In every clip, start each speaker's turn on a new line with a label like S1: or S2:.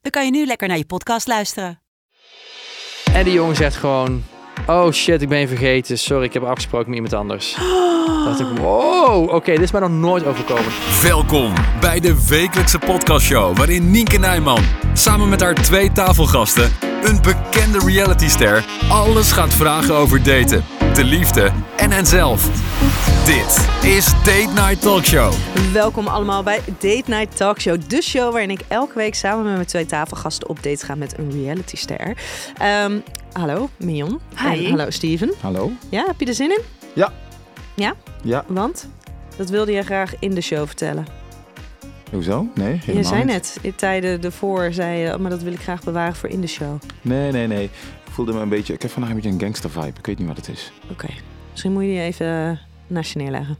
S1: dan kan je nu lekker naar je podcast luisteren.
S2: En die jongen zegt gewoon: Oh shit, ik ben je vergeten. Sorry, ik heb afgesproken met iemand anders. Dat ik, wow, oké, dit is mij nog nooit overkomen.
S3: Welkom bij de wekelijkse podcastshow waarin Nienke Nijman samen met haar twee tafelgasten, een bekende realityster, alles gaat vragen over daten, de liefde en henzelf. Dit is Date Night Talkshow.
S4: Welkom allemaal bij Date Night Talk Show. De show waarin ik elke week samen met mijn twee tafelgasten op date ga met een realityster. Ehm, hallo, Mion.
S5: Hi.
S4: En hallo, Steven.
S6: Hallo?
S4: Ja, heb je er zin in?
S6: Ja.
S4: Ja?
S6: Ja.
S4: Want? Dat wilde je graag in de show vertellen.
S6: Hoezo? Nee, helemaal
S4: je zei
S6: niet.
S4: net, in tijden ervoor, zei je, "Oh, maar dat wil ik graag bewaren voor in de show.
S6: Nee, nee, nee. Ik voelde me een beetje... Ik heb vandaag een beetje een gangster vibe. Ik weet niet wat het is.
S4: Oké, misschien moet je die even eh, naast je neerleggen.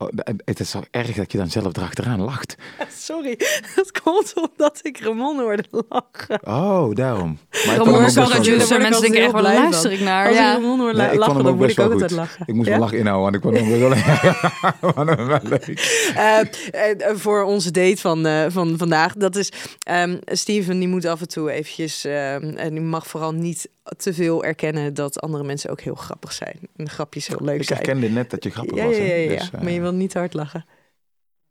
S6: Oh, en het is zo erg dat je dan zelf erachteraan lacht.
S4: Sorry, dat komt omdat ik Ramon hoorde lachen.
S6: Oh, daarom. Maar ik
S5: Dan
S6: kon hem
S5: word
S6: ook
S5: ik wel
S4: Daar
S6: best wel
S5: reducer.
S4: word ik
S5: Mensen
S4: altijd
S5: denken echt,
S4: heel
S5: waar
S4: blij
S5: luister ik naar?
S4: Als
S5: Ja.
S4: ik Ramon hoor
S6: Nee, ik kon
S4: lachen,
S6: hem
S4: dan
S6: ook
S4: moet
S6: best
S4: ik ook
S6: wel
S4: altijd
S6: goed.
S4: lachen.
S6: Ik moest
S4: Ja?
S6: mijn lach inhouden, want ik vond hem best wel... Ik vond hem wel leuk.
S4: Eh, eh, voor onze date van, eh, van vandaag. Dat is ehm, Steven, die moet af en toe eventjes. ehm, en die mag vooral niet te veel erkennen dat andere mensen ook heel grappig zijn. En grapjes heel leuk
S6: Ik
S4: zijn.
S6: herkende net dat je grappig
S4: ja,
S6: was.
S4: ja,
S6: hè?
S4: ja, ja.
S6: Dus, eh,
S4: maar je wil niet te hard lachen.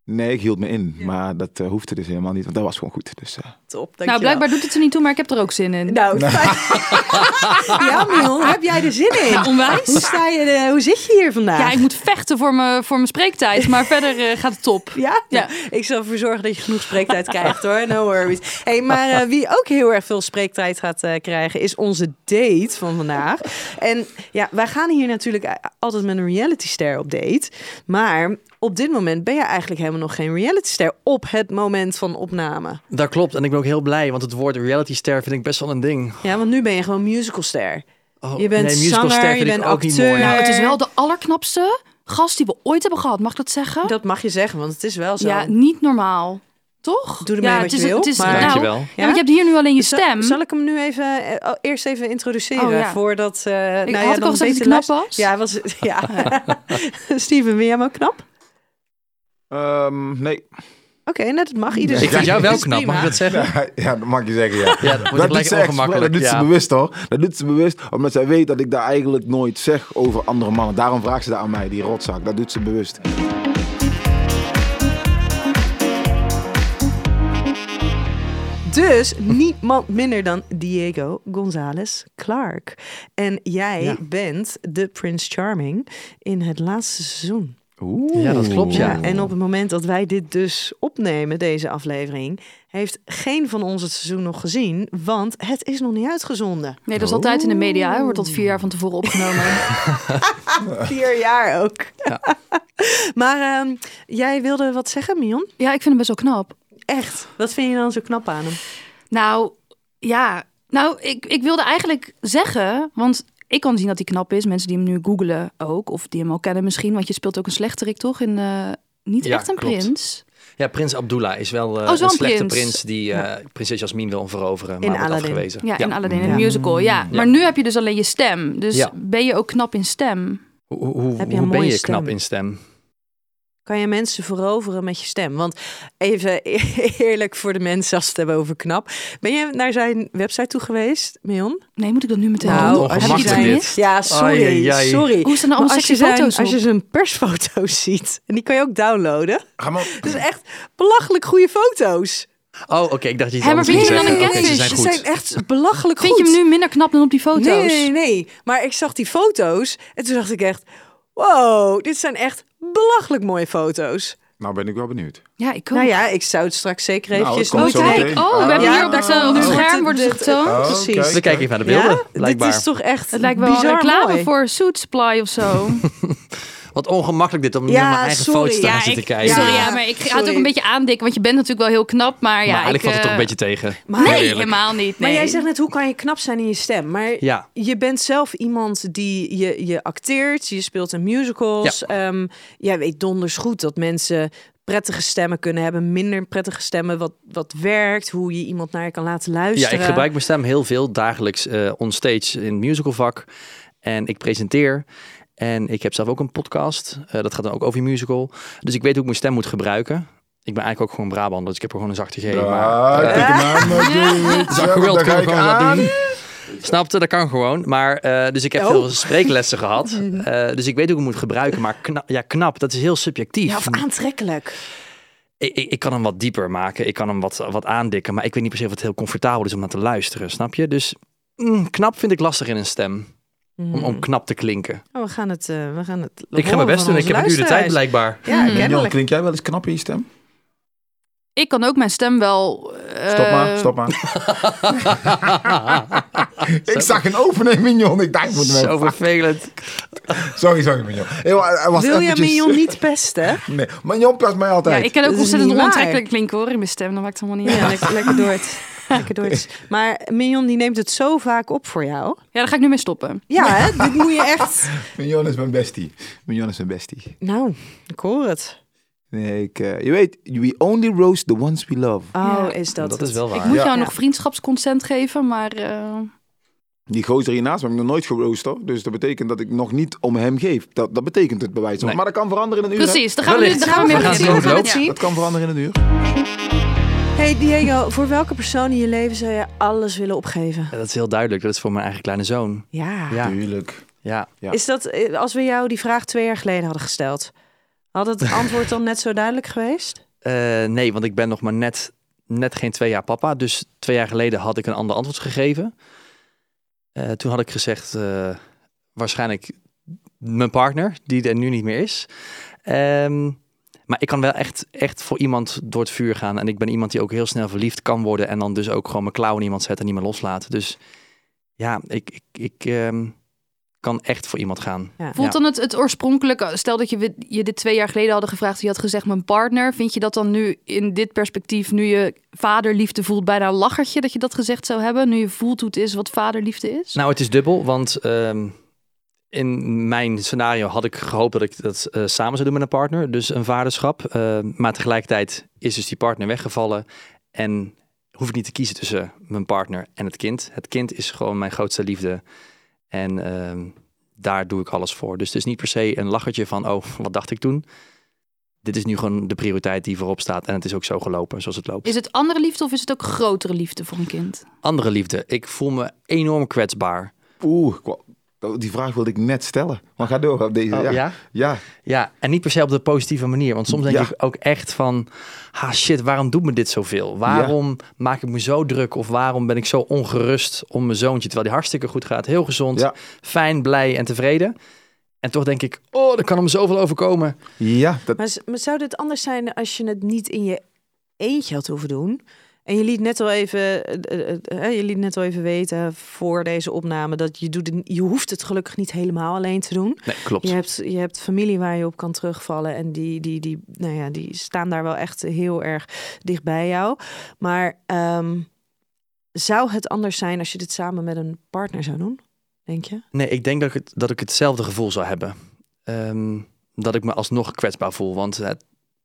S6: Nee, ik hield me in. Maar dat eh, hoefde dus helemaal niet, want dat was gewoon goed. Dus, eh,
S4: Top.
S5: Nou,
S4: dankjewel.
S5: blijkbaar doet het er niet toe, maar ik heb er ook zin in.
S4: Nou, fijn. ja, Mion, heb jij er zin in?
S5: Ja, Nou, onwijs.
S4: Hoe, sta je, eh, hoe zit je hier vandaag?
S5: Ja, ik moet vechten voor mijn voor mijn spreektijd, maar verder eh, gaat het top.
S4: Ja?
S5: Ja.
S4: Ik zal ervoor zorgen dat je genoeg spreektijd krijgt hoor. No worries. Hey, maar eh, wie ook heel erg veel spreektijd gaat eh, krijgen is onze date van vandaag. En ja, wij gaan hier natuurlijk eh, altijd met een realityster op date. Maar op dit moment ben je eigenlijk helemaal nog geen realityster op het moment van opname.
S2: Dat klopt. En ik ben ook heel blij, want het woord reality ster vind ik best wel een ding.
S4: Ja, want nu ben je gewoon musicalster.
S2: Oh,
S4: Je bent
S2: musicalster
S4: zanger,
S2: vind
S4: je
S2: ik
S4: bent
S2: ook niet
S4: acteur.
S2: mooi.
S5: Nou, het is wel de allerknapste gast die we ooit hebben gehad. Mag ik dat zeggen?
S4: Dat mag je zeggen, want het is wel zo.
S5: Oh. ja, niet normaal. Toch?
S4: Doe ermee
S5: ja,
S4: wat
S5: het
S4: je
S5: is,
S4: wil,
S5: Het is,
S4: maar-
S5: nou,
S2: Dankjewel.
S5: ja,
S4: Ja?
S5: want je hebt hier nu alleen je
S4: Zal-
S5: stem.
S4: Zal, ik hem nu even, eh, oh, eerst even introduceren
S5: Oh, ja.
S4: voordat... eh
S5: Ik-
S4: nou ja,
S5: had ik
S4: dan
S5: al gezegd dat
S4: beter
S5: hij knap
S4: luisteren-
S5: was?
S4: Ja, hij was, ja. Steven, ben jij hem ook knap?
S6: ehm, nee.
S4: Oké, net dat mag iedereen.
S2: Ik vind jou wel knap, mag ik dat zeggen?
S6: Ja, dat mag je zeggen, ja.
S2: Ja, dat wordt
S6: doet
S2: gelijk
S6: ze expres,
S2: ongemakkelijk.
S6: Dat doet
S2: ja.
S6: ze bewust hoor. Dat doet ze bewust, omdat zij weet dat ik daar eigenlijk nooit zeg over andere mannen. Daarom vraagt ze dat aan mij, die rotzak. Dat doet ze bewust.
S4: Dus niemand minder dan Diego González Clark. En jij
S6: Ja.
S4: bent de Prince Charming in het laatste seizoen.
S6: Oeh.
S2: Ja, dat klopt, ja.
S4: Ja, en op het moment dat wij dit dus opnemen, deze aflevering, heeft geen van ons het seizoen nog gezien, want het is nog niet uitgezonden.
S5: Nee, dat is altijd in de media. Hij wordt tot vier jaar van tevoren opgenomen.
S4: Oh. Vier jaar ook. maar ehm, jij wilde wat zeggen, Mion?
S5: ja, ik vind hem best wel knap.
S4: Echt? Wat vind je dan zo knap aan hem?
S5: Nou, ja. Nou, ik, ik wilde eigenlijk zeggen, want ik kan zien dat hij knap is. Mensen die hem nu googelen ook, of die hem al kennen misschien. Want je speelt ook een slechterik, toch? In, eh, niet
S2: Ja,
S5: echt een
S2: klopt.
S5: prins.
S2: Ja, prins Abdullah is wel eh,
S5: is wel
S2: een
S5: een
S2: slechte prins,
S5: prins.
S2: die eh, prinses Jasmin wil veroveren, maar
S4: In
S2: wordt
S4: Aladdin.
S2: afgewezen.
S5: Ja, in Aladdin, in
S4: Ja.
S5: een musical. Ja.
S2: Ja.
S5: Maar nu heb je dus alleen je stem. Dus
S2: Ja.
S5: ben je ook knap in stem?
S2: Hoe, hoe,
S4: Heb je een
S2: hoe ben
S4: mooie
S2: je
S4: stem?
S2: knap in stem?
S4: Kan je mensen veroveren met je stem? Want even e-, eerlijk voor de mensen als we het hebben over knap. Ben je naar zijn website toe geweest, Mion?
S5: Nee, moet ik dat nu meteen
S2: Nou,
S5: doen?
S2: als
S5: Heb ik
S2: je
S5: iets
S2: zijn-
S5: gemist?
S4: Ja, sorry,
S2: Ai, ai, ai.
S4: sorry.
S5: Hoe staan er
S4: Maar
S5: allemaal
S4: als je,
S5: sexy
S4: zijn,
S5: foto's
S4: als je
S5: op?
S4: zijn persfoto's ziet, en die kan je ook downloaden.
S6: Ga maar.
S4: Dat is echt belachelijk goede foto's.
S2: Oh, oké, ik dacht dat je
S5: Hè,
S2: het
S5: maar
S2: anders ging
S5: vind je dan
S2: zeggen.
S5: een
S2: Oké, ze
S5: catfish?
S2: zijn
S4: Ze
S2: goed.
S4: zijn echt belachelijk
S5: Vind
S4: goed.
S5: je hem nu minder knap dan op die foto's?
S4: Nee, nee, nee. Maar ik zag die foto's en toen dacht ik echt... Wow, dit zijn echt belachelijk mooie foto's.
S6: Nou ben ik wel benieuwd.
S5: Ja, ik ook.
S4: Nou ja, ik zou het straks zeker
S6: Nou,
S4: eventjes...
S6: het komt
S5: Oh,
S6: zo
S5: kijk.
S6: meteen.
S5: Oh, we
S6: Ah.
S5: hebben hier
S4: Ja,
S5: op het eh, op
S4: nu
S5: het
S4: wordt
S5: scherm
S4: het-
S5: worden ze
S4: dit-
S5: getoond.
S6: Oh,
S4: precies.
S6: kijk.
S2: We kijken even naar de beelden,
S4: Ja, dit
S2: blijkbaar.
S4: is toch echt
S5: Het lijkt wel een
S4: bizar
S5: reclame
S4: mooi.
S5: voor Suit Supply of zo.
S2: Wat ongemakkelijk dit, om nu
S4: Ja,
S2: naar mijn eigen
S4: sorry.
S2: foto's te
S4: Ja,
S2: gaan
S5: Ja,
S2: zitten
S5: ik,
S2: kijken.
S5: sorry,
S2: maar
S5: ja, maar ik ga het
S4: Sorry.
S5: ook een beetje aandikken, want je bent natuurlijk wel heel knap, maar ja,
S2: eigenlijk
S5: ik,
S2: valt het toch
S5: eh,
S2: een beetje tegen.
S4: Maar,
S5: Nee,
S2: Eerlijk.
S5: helemaal niet.
S4: maar
S5: nee.
S4: jij zegt net, hoe kan je knap zijn in je stem? Maar
S2: Ja.
S4: je bent zelf iemand die je, je acteert, je speelt in musicals. Ehm, jij weet donders goed dat mensen prettige stemmen kunnen hebben, minder prettige stemmen, wat, wat werkt, hoe je iemand naar je kan laten
S2: Ja,
S4: luisteren.
S2: ik gebruik mijn stem heel veel dagelijks eh onstage in het musicalvak. En ik presenteer. En ik heb zelf ook een podcast. Eh, dat gaat dan ook over musical. Dus ik weet hoe ik mijn stem moet gebruiken. Ik ben eigenlijk ook gewoon Brabant, dus ik heb er gewoon een zachte G.
S6: Ah,
S2: maar, eh,
S6: Dat
S2: Zag gewild, kunnen we gewoon dat doen. Snapte, dat kan gewoon. Maar, eh, dus ik heb
S4: Oh.
S2: veel spreeklessen gehad. Eh, dus ik weet hoe ik hem moet gebruiken. Maar kna- ja, knap, dat is heel subjectief.
S4: Ja, of aantrekkelijk.
S2: ik, ik, ik kan hem wat dieper maken. Ik kan hem wat, wat aandikken. Maar ik weet niet per se of het heel comfortabel is om naar te luisteren. Snap je? Dus mm, knap vind ik lastig in een stem. Om, om knap te klinken.
S4: Oh, we gaan het, eh, we gaan het
S2: ik ga mijn best doen. Ik heb een uur de tijd
S4: blijven.
S2: blijkbaar.
S4: Ja,
S5: Mm.
S6: Jan,
S4: kennelijk.
S6: klink jij wel eens knap in je stem?
S5: Ik kan ook mijn stem wel. eh,
S6: Stop maar, stop maar. ik zag een opening, Mignon. Ik dacht, ik moet
S2: Zo
S6: met...
S2: vervelend.
S6: Sorry, sorry, Mignon. Hey, maar hij was
S4: Wil jij
S6: eventjes-
S4: Mignon niet pesten?
S6: Nee, Mignon past mij
S5: Ja,
S6: altijd.
S5: ik kan
S4: Dat
S5: ook
S4: is
S5: ontzettend
S4: niet waar.
S5: onaantrekkelijk klinken hoor in mijn stem. Dat maakt helemaal niet uit.
S4: Ja, lekker, lekker door het. Lekker door het. Maar Mignon die neemt het zo vaak op voor jou.
S5: Ja, daar ga ik nu mee stoppen.
S4: Ja, hè? dit moet je echt...
S6: Mignon is mijn bestie. Mignon is mijn bestie.
S4: Nou, ik hoor het.
S6: Nee, ik, eh, je weet, we only roast the ones we love.
S4: Oh,
S5: Ja.
S4: is dat
S2: Dat,
S4: het?
S2: is wel
S5: Ik
S2: waar.
S5: moet
S6: Ja.
S5: jou
S4: Ja.
S5: nog vriendschapsconsent geven, maar eh,
S6: Die gozer hiernaast heb ik nog nooit geroost hoor. Dus dat betekent dat ik nog niet om hem geef. Dat, dat betekent het bij wijze van.
S2: Nee.
S6: Maar dat kan veranderen in een uur. hè?
S5: precies. Dan gaan we nu
S2: Wellicht.
S5: dan Dus gaan we
S2: We
S5: meer
S2: gaan het
S5: zien.
S2: doen,
S5: We gaan het
S2: Joop.
S5: zien.
S6: Dat kan veranderen in een uur.
S4: Hey Diego, voor welke persoon in je leven zou je alles willen opgeven?
S2: Ja, dat is heel duidelijk. Dat is voor mijn eigen kleine zoon.
S4: Ja.
S2: Ja.
S6: Tuurlijk.
S2: Ja.
S6: Ja.
S4: Is dat, eh, als we jou die vraag twee jaar geleden hadden gesteld, had het antwoord dan net zo duidelijk geweest?
S2: Eh, nee, want ik ben nog maar net, net geen twee jaar papa. Dus twee jaar geleden had ik een ander antwoord gegeven. Eh, toen had ik gezegd, eh, waarschijnlijk mijn partner, die er nu niet meer is. Ehm, maar ik kan wel echt, echt voor iemand door het vuur gaan. En ik ben iemand die ook heel snel verliefd kan worden. En dan dus ook gewoon mijn klauw in iemand zet en niet meer loslaat. Dus ja, ik, ik, ik ehm, kan echt voor iemand gaan.
S4: Ja.
S5: Voelt dan het, het oorspronkelijke, stel dat je, wit- je dit twee jaar geleden hadden gevraagd, je had gezegd mijn partner, vind je dat dan nu in dit perspectief, nu je vaderliefde voelt, bijna een lachertje dat je dat gezegd zou hebben, nu je voelt hoe het is wat vaderliefde is?
S2: Nou, het is dubbel, want ehm, in mijn scenario had ik gehoopt dat ik dat eh, samen zou doen met een partner, dus een vaderschap. Eh, maar tegelijkertijd is dus die partner weggevallen en hoef ik niet te kiezen tussen mijn partner en het kind. Het kind is gewoon mijn grootste liefde en ehm, daar doe ik alles voor. Dus het is niet per se een lachertje van, oh, wat dacht ik toen? Dit is nu gewoon de prioriteit die voorop staat en het is ook zo gelopen zoals het loopt
S5: Is het andere liefde of is het ook grotere liefde voor een kind?
S2: andere liefde. Ik voel me enorm kwetsbaar.
S6: Oeh, ik wou- die vraag wilde ik net stellen. Maar ga door op deze.
S2: Oh,
S6: ja. Oh, Ja.
S2: Ja, en niet per se op de positieve manier. Want soms denk
S6: Ja.
S2: ik ook echt van... Ha shit, waarom doet me dit zoveel? Waarom maak ik me zo druk? Of waarom ben ik zo ongerust om mijn zoontje? Terwijl die hartstikke goed gaat. Heel gezond,
S6: Ja.
S2: fijn, blij en tevreden. En toch denk ik, oh, er kan hem zoveel overkomen.
S6: Ja, dat,
S4: Maar, z- maar zou dit anders zijn als je het niet in je eentje had hoeven doen? En je liet net al even, eh, eh, eh, eh, je liet net al even weten voor deze opname dat je, doet het, je hoeft het gelukkig niet helemaal alleen te doen.
S2: Nee, klopt.
S4: Je hebt, je hebt familie waar je op kan terugvallen. En die, die, die, nou ja, die staan daar wel echt heel erg dicht bij jou. Maar ehm, zou het anders zijn als je dit samen met een partner zou doen? Denk je?
S2: Nee, ik denk dat ik, het, dat ik hetzelfde gevoel zou hebben. Ehm, dat ik me alsnog kwetsbaar voel. Want eh,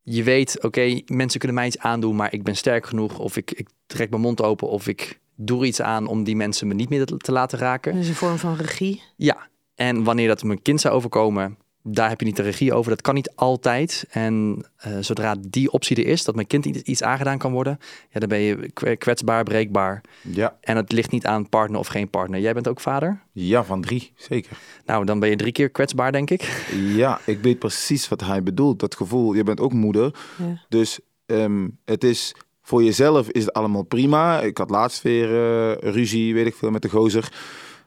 S2: je weet, oké, mensen kunnen mij iets aandoen, maar ik ben sterk genoeg. Of ik, ik trek mijn mond open of ik doe er iets aan om die mensen me niet meer te- te laten raken.
S4: Dat is een vorm van regie.
S2: Ja, en wanneer dat mijn kind zou overkomen, daar heb je niet de regie over. Dat kan niet altijd. En eh, zodra die optie er is, dat mijn kind iets- iets aangedaan kan worden, ja, dan ben je kwe- kwetsbaar, breekbaar.
S6: ja,
S2: En het ligt niet aan partner of geen partner. Jij bent ook vader?
S6: ja, van drie, zeker.
S2: Nou, dan ben je drie keer kwetsbaar, denk ik.
S6: Ja, ik weet precies wat hij bedoelt. Dat gevoel, je bent ook moeder.
S4: Ja.
S6: Dus ehm, het is voor jezelf is het allemaal prima. Ik had laatst weer eh, ruzie, weet ik veel, met de gozer.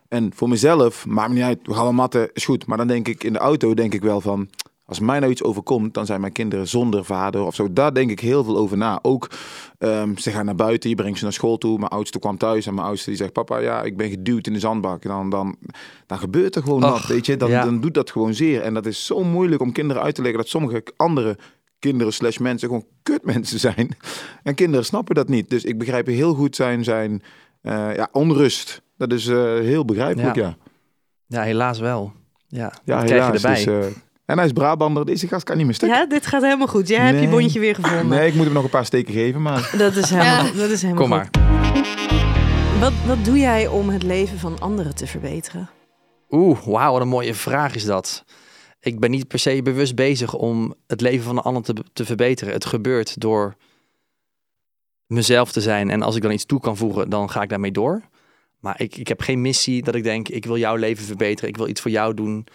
S6: En voor mezelf, maakt me niet uit, we gaan wel matten, is goed. Maar dan denk ik in de auto, denk ik wel van... Als mij nou iets overkomt, dan zijn mijn kinderen zonder vader of zo. Daar denk ik heel veel over na. Ook ehm, ze gaan naar buiten, je brengt ze naar school toe. Mijn oudste kwam thuis en mijn oudste die zegt: Papa, ja, ik ben geduwd in de zandbak. En dan, dan, dan gebeurt er gewoon
S2: Ach,
S6: wat. Weet je? Dan,
S2: ja.
S6: dan doet dat gewoon zeer. En dat is zo moeilijk om kinderen uit te leggen dat sommige andere kinderen slash mensen gewoon kutmensen zijn. En kinderen snappen dat niet. Dus ik begrijp heel goed zijn, zijn eh, ja, onrust. Dat is eh, heel begrijpelijk,
S2: Ja.
S6: ja.
S2: Ja, helaas wel. Ja,
S6: Ja,
S2: dat krijg je
S6: helaas.
S2: erbij.
S6: Dus, eh, en hij is Brabander, deze gast kan niet meer stuk.
S4: Ja, dit gaat helemaal goed. Jij hebt je
S6: Nee.
S4: bondje weer gevonden.
S6: Nee, ik moet hem nog een paar steken geven, maar
S4: Dat is helemaal, dat is helemaal
S2: Kom
S4: goed.
S2: maar.
S4: Wat, wat doe jij om het leven van anderen te verbeteren?
S2: Oeh, wauw, wat een mooie vraag is dat. Ik ben niet per se bewust bezig om het leven van de ander te, te verbeteren. Het gebeurt door mezelf te zijn. En als ik dan iets toe kan voegen, dan ga ik daarmee door. Maar ik, ik heb geen missie dat ik denk, ik wil jouw leven verbeteren. Ik wil iets voor jou doen.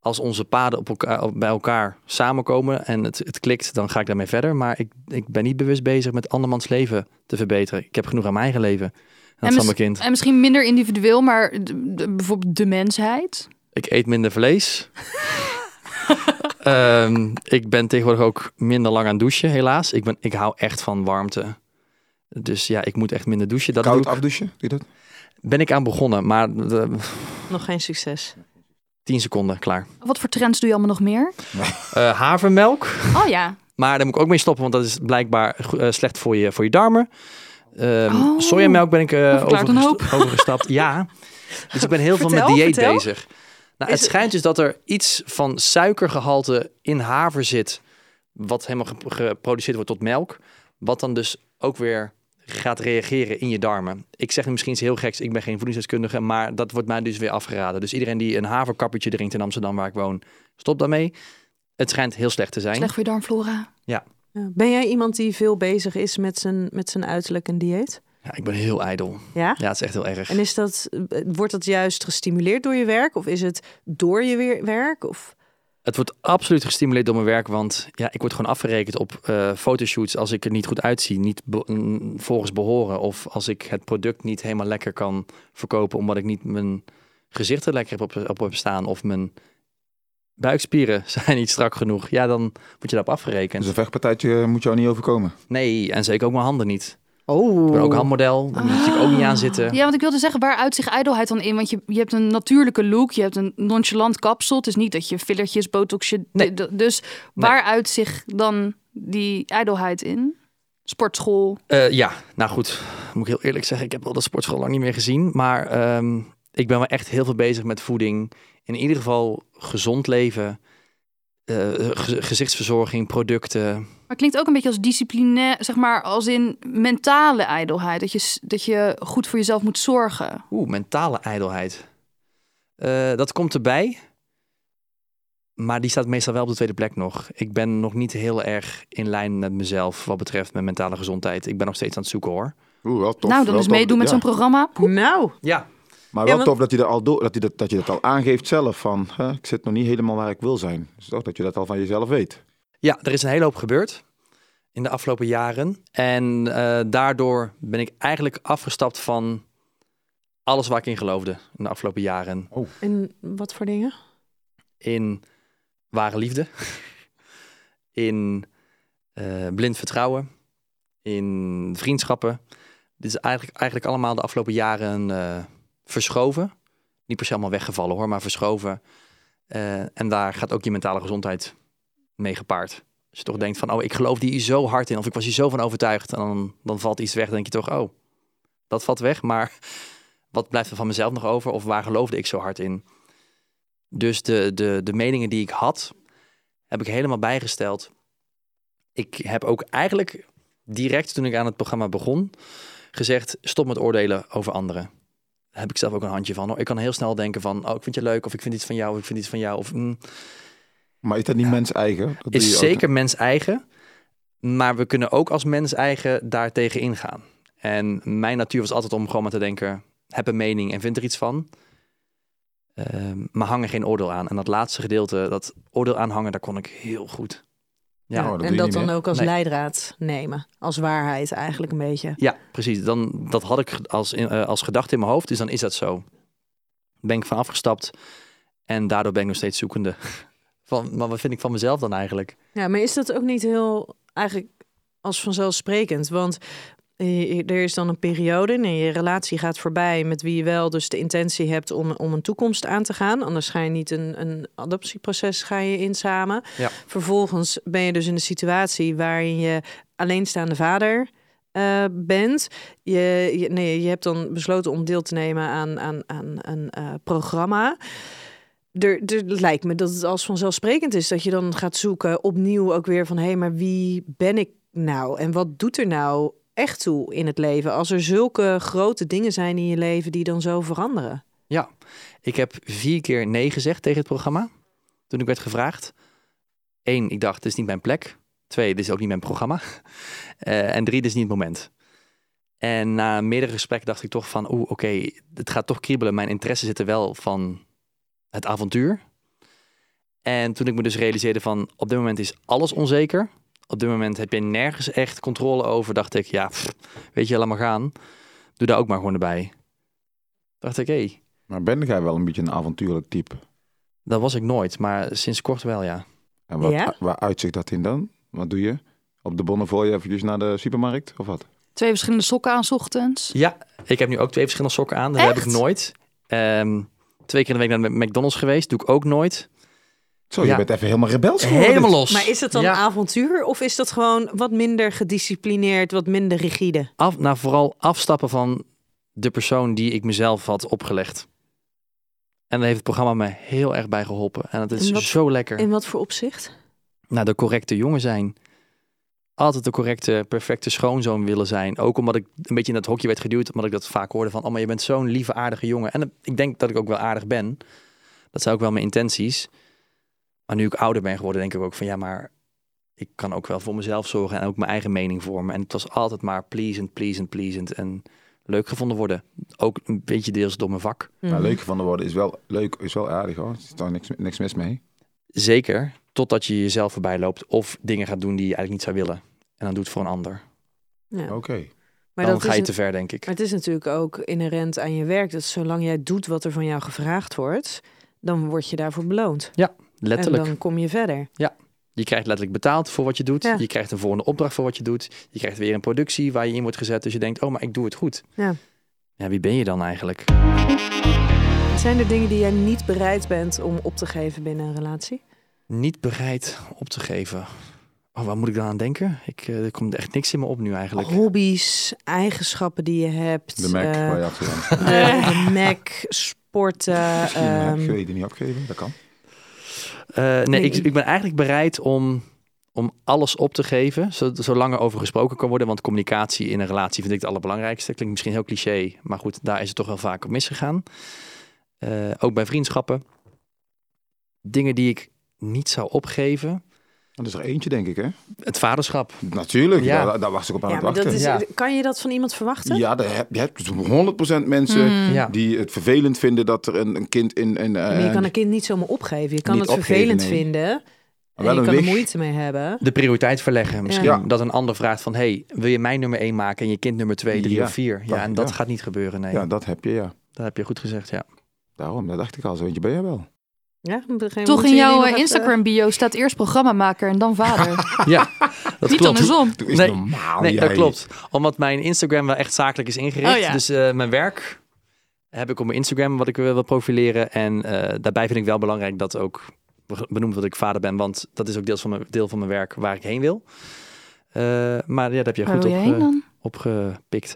S2: Als onze paden op elkaar, op- bij elkaar samenkomen en het, het klikt, dan ga ik daarmee verder. Maar ik, ik ben niet bewust bezig met andermans leven te verbeteren. Ik heb genoeg aan mijn eigen leven. En dat is van
S5: En
S2: mijn
S5: mis-
S2: kind.
S5: En misschien minder individueel, maar de- de- bijvoorbeeld de mensheid.
S2: Ik eet minder vlees. Ehm, ik ben tegenwoordig ook minder lang aan het douchen, helaas. Ik, ben, ik hou echt van warmte. Dus ja, ik moet echt minder douchen. Dat
S6: koud
S2: doe ik-
S6: afdouchen, doe je dat?
S2: ben ik aan begonnen, maar eh,
S4: Nog geen succes.
S2: 10 seconden, klaar.
S5: Wat voor trends doe je allemaal nog meer?
S2: Eh, havermelk,
S5: Oh ja.
S2: maar daar moet ik ook mee stoppen, want dat is blijkbaar go- eh, slecht voor je, voor je darmen. Ehm,
S5: Oh,
S2: sojamelk ben ik eh,
S5: dat verklaart een
S2: overgesta-
S5: hoop.
S2: overgestapt. ja, dus ik ben heel veel
S4: Vertel,
S2: met dieet
S4: vertel.
S2: bezig. Nou, het
S4: Is-
S2: schijnt dus dat er iets van suikergehalte in haver zit, wat helemaal gep- geproduceerd wordt tot melk, wat dan dus ook weer gaat reageren in je darmen. Ik zeg nu misschien iets heel geks, ik ben geen voedingsdeskundige, maar dat wordt mij dus weer afgeraden. Dus iedereen die een haverkappertje drinkt in Amsterdam waar ik woon, stop daarmee. Het schijnt heel slecht te zijn.
S5: Slecht voor je darmflora.
S4: Ja. Ben jij iemand die veel bezig is met zijn, met zijn uiterlijk en dieet?
S2: Ja, ik ben heel ijdel.
S4: Ja?
S2: Ja, het is echt heel erg.
S4: En is dat, eh, wordt dat juist gestimuleerd door je werk? Of is het door je weer- werk? Of...
S2: Het wordt absoluut gestimuleerd door mijn werk, want ja, ik word gewoon afgerekend op eh, fotoshoots als ik er niet goed uitzie, niet be- mm, volgens behoren. Of als ik het product niet helemaal lekker kan verkopen, omdat ik niet mijn gezicht er lekker op, op, heb staan. Of mijn buikspieren zijn niet strak genoeg. Ja, dan word je daarop afgerekend.
S6: Dus een vechtpartijtje moet jou niet overkomen.
S2: Nee, en zeker ook mijn handen niet.
S4: Oh.
S2: Ik ben ook handmodel, daar moet ik natuurlijk ook niet aan zitten.
S5: Ja, want ik wilde zeggen, waar uit zich ijdelheid dan in? Want je, je hebt een natuurlijke look, je hebt een nonchalant kapsel. Het is niet dat je fillertjes, botoxje...
S2: Nee.
S5: d- d- Dus waar uit zich dan die ijdelheid in? Sportschool.
S2: Eh, ja, nou goed, moet ik heel eerlijk zeggen, ik heb wel de sportschool lang niet meer gezien. Maar ehm, ik ben wel echt heel veel bezig met voeding. In ieder geval gezond leven, eh, ge- gezichtsverzorging, producten.
S5: Maar het klinkt ook een beetje als discipline, zeg maar, als in mentale ijdelheid. Dat je, s- dat je goed voor jezelf moet zorgen.
S2: Oeh, mentale ijdelheid. Eh, dat komt erbij. Maar die staat meestal wel op de tweede plek nog. Ik ben nog niet heel erg in lijn met mezelf wat betreft mijn mentale gezondheid. Ik ben nog steeds aan het zoeken hoor.
S6: Oeh, wel tof.
S5: nou, dan
S6: wel
S5: is
S6: tof.
S5: meedoen met
S6: Ja.
S5: zo'n programma. Poep.
S4: Nou,
S2: Ja,
S6: Maar wel
S4: Ja, want-
S6: tof dat je, dat, al door, dat, je dat, dat je dat al aangeeft zelf. Van, hè, ik zit nog niet helemaal waar ik wil zijn. Dus toch dat je dat al van jezelf weet.
S2: Ja, er is een hele hoop gebeurd in de afgelopen jaren. En eh, daardoor ben ik eigenlijk afgestapt van alles waar ik in geloofde in de afgelopen jaren.
S4: en wat voor dingen?
S2: In ware liefde, in eh, blind vertrouwen, in vriendschappen. Dit is eigenlijk, eigenlijk allemaal de afgelopen jaren eh, verschoven. Niet per se allemaal weggevallen hoor, maar verschoven. Eh, en daar gaat ook je mentale gezondheid mee gepaard. Als je toch denkt van, oh, ik geloof die hier zo hard in, of ik was hier zo van overtuigd, en dan, dan valt iets weg, dan denk je toch, oh, dat valt weg, maar wat blijft er van mezelf nog over, of waar geloofde ik zo hard in? Dus de, de, de meningen die ik had, heb ik helemaal bijgesteld. Ik heb ook eigenlijk direct toen ik aan het programma begon, gezegd, stop met oordelen over anderen. Daar heb ik zelf ook een handje van. Hoor. Ik kan heel snel denken van, oh, ik vind je leuk, of ik vind iets van jou, of ik vind iets van jou, of... mm,
S6: Maar is dat niet mens eigen? Dat doe je
S2: is
S6: ook,
S2: zeker mens eigen. Maar we kunnen ook als mens eigen daartegen ingaan. En mijn natuur was altijd om gewoon maar te denken: heb een mening en vind er iets van. Ehm, maar hang er geen oordeel aan. En dat laatste gedeelte, dat oordeel aanhangen, daar kon ik heel goed.
S6: hè?
S2: Ja,
S6: Oh, dat doe
S4: en
S6: je
S4: dat
S6: niet
S4: dan
S6: meer.
S4: ook als
S2: Nee.
S4: leidraad nemen. Als waarheid eigenlijk een beetje.
S2: ja precies. Dan, dat had ik als, in- eh, als gedachte in mijn hoofd, dus dan is dat zo. Ben ik van afgestapt en daardoor ben ik nog steeds zoekende Van, maar wat vind ik van mezelf dan eigenlijk?
S4: Ja, maar is dat ook niet heel eigenlijk als vanzelfsprekend? Want eh, er is dan een periode en je relatie gaat voorbij met wie je wel dus de intentie hebt om, om een toekomst aan te gaan. Anders ga je niet een, een adoptieproces ga je in samen.
S2: Ja.
S4: Vervolgens ben je dus in een situatie waarin je alleenstaande vader eh, bent. Je, je- nee, je hebt dan besloten om deel te nemen aan, aan, aan een eh, programma. Er, er lijkt me dat het als vanzelfsprekend is dat je dan gaat zoeken opnieuw ook weer van hé, hey, maar wie ben ik nou en wat doet er nou echt toe in het leven als er zulke grote dingen zijn in je leven die dan zo veranderen?
S2: Ja, ik heb vier keer nee gezegd tegen het programma. Toen ik werd gevraagd. Eén, ik dacht, dit is niet mijn plek. Twee, dit is ook niet mijn programma. Eh, en drie, dit is niet het moment. En na meerdere gesprekken dacht ik toch van, oeh, oké, het gaat toch kriebelen. Mijn interesse zit er wel van het avontuur. En toen ik me dus realiseerde van, op dit moment is alles onzeker. Op dit moment heb je nergens echt controle over. Dacht ik, ja, pff, weet je, laat maar gaan. Doe daar ook maar gewoon bij. Dacht ik, hé,
S6: Maar ben jij wel een beetje een avontuurlijk type?
S2: dat was ik nooit, maar sinds kort wel, ja.
S6: En wat,
S4: Ja?
S6: waar uitzicht dat in dan? Wat doe je? Op de bonnen voor je eventjes naar de supermarkt of wat?
S5: Twee verschillende sokken aan 's ochtends.
S2: Ja, ik heb nu ook twee verschillende sokken aan. Dat heb
S5: Echt?
S2: ik nooit. Ehm, twee keer in de week naar de McDonald's geweest. Doe ik ook nooit.
S6: Zo, je
S2: Ja.
S6: bent even helemaal rebels geworden.
S2: Helemaal los.
S4: Maar is dat dan
S2: Ja.
S4: een avontuur of is dat gewoon wat minder gedisciplineerd, wat minder rigide?
S2: af, nou, vooral afstappen van de persoon die ik mezelf had opgelegd. En daar heeft het programma me heel erg bij geholpen. En dat is
S4: En wat-
S2: zo lekker.
S4: In wat voor opzicht?
S2: Nou, de correcte jongen zijn. Altijd de correcte, perfecte schoonzoon willen zijn. Ook omdat ik een beetje in dat hokje werd geduwd. Omdat ik dat vaak hoorde van... Oh, maar je bent zo'n lieve, aardige jongen. En dat- ik denk dat ik ook wel aardig ben. Dat zijn ook wel mijn intenties. Maar nu ik ouder ben geworden, denk ik ook van... Ja, maar ik kan ook wel voor mezelf zorgen. En ook mijn eigen mening vormen. En het was altijd maar pleasend, pleasend, pleasend. En leuk gevonden worden. Ook een beetje deels door mijn vak.
S6: Maar
S4: Mhm.
S6: leuk van de woorden is wel leuk, is wel aardig hoor. Er is toch niks, niks mis mee.
S2: Zeker totdat je jezelf voorbij loopt. Of dingen gaat doen die je eigenlijk niet zou willen. En dan doet het voor een ander.
S4: Ja.
S6: Oké.
S4: Maar
S2: dan
S4: dat
S2: ga
S4: is
S2: je
S4: een-
S2: te ver, denk ik.
S4: Maar het is natuurlijk ook inherent aan je werk dat zolang jij doet wat er van jou gevraagd wordt, dan word je daarvoor beloond.
S2: Letterlijk.
S4: En dan kom je verder.
S2: Je krijgt letterlijk betaald voor wat je doet.
S4: Ja.
S2: Je krijgt een volgende opdracht voor wat je doet. Je krijgt weer een productie waar je in wordt gezet. Dus je denkt, oh, maar ik doe het goed.
S4: Ja.
S2: Ja, wie ben je dan eigenlijk?
S4: Zijn er dingen die jij niet bereid bent om op te geven binnen een relatie?
S2: Niet bereid op te geven. Oh, waar moet ik dan aan denken? Ik, eh, er komt echt niks in me op nu eigenlijk.
S4: Hobby's, eigenschappen die je hebt.
S6: De Mac,
S4: eh,
S6: waar je achter aan.
S4: de, de Mac, sporten.
S6: Misschien eh,
S4: ehm,
S6: kun je die niet opgeven, dat kan.
S2: Eh, nee,
S4: Nee,
S2: ik,
S4: ik-
S2: ik ben eigenlijk bereid om, om alles op te geven, zo- zolang er over gesproken kan worden. Want communicatie in een relatie vind ik het allerbelangrijkste. Klinkt misschien heel cliché, maar goed, daar is het toch wel vaak op misgegaan. Eh, ook bij vriendschappen. Dingen die ik niet zou opgeven.
S6: Dat is er eentje, denk ik, hè?
S2: Het vaderschap.
S6: Natuurlijk,
S2: Ja.
S6: daar, daar was ik op aan
S4: ja,
S6: het
S4: maar dat
S6: wachten.
S4: is,
S2: Ja.
S4: Kan je dat van iemand verwachten?
S6: Ja, daar heb, je hebt 100% mensen
S4: Mm.
S5: Hmm.
S2: Mm. Ja.
S6: die het vervelend vinden dat er een, een kind in... in eh,
S4: Maar je kan een kind niet zomaar opgeven. Je kan
S6: Niet
S4: het vervelend
S6: opgeven, nee.
S4: vinden. En
S6: wel
S4: je
S6: een
S4: kan er
S6: wish.
S4: moeite mee hebben.
S2: De prioriteit verleggen. Misschien
S6: Ja.
S2: dat een ander vraagt van... hey, wil je mijn nummer 1 maken en je kind nummer 2, 3
S6: Ja.
S2: of 4? Ja, en dat
S6: Ja.
S2: gaat niet gebeuren, nee.
S6: Ja, dat heb je, ja.
S2: Dat heb je goed gezegd, ja.
S6: Daarom, dat dacht ik al zo, want je ben je wel.
S4: Ja, op een gegeven moment
S5: Toch
S4: moeten
S5: in
S4: jullie nog
S5: jouw eh,
S4: even-
S5: Instagram-bio staat eerst programmamaker en dan vader.
S2: Ja, dat
S5: Niet
S2: klopt.
S5: andersom.
S6: Doe eens
S2: Nee.
S6: normaal,
S2: Nee, dat
S6: Nou, jij.
S2: klopt. Omdat mijn Instagram wel echt zakelijk is ingericht.
S5: Oh ja.
S2: Dus eh, mijn werk heb ik op mijn Instagram wat ik wil wil profileren. En eh, daarbij vind ik wel belangrijk dat ook benoemd dat ik vader ben. Want dat is ook deels van mijn, deel van mijn werk waar ik heen wil. Eh, maar ja, daar heb je
S5: Waar
S2: goed
S5: wil
S2: op,
S5: je heen
S2: eh,
S5: dan?
S2: opgepikt.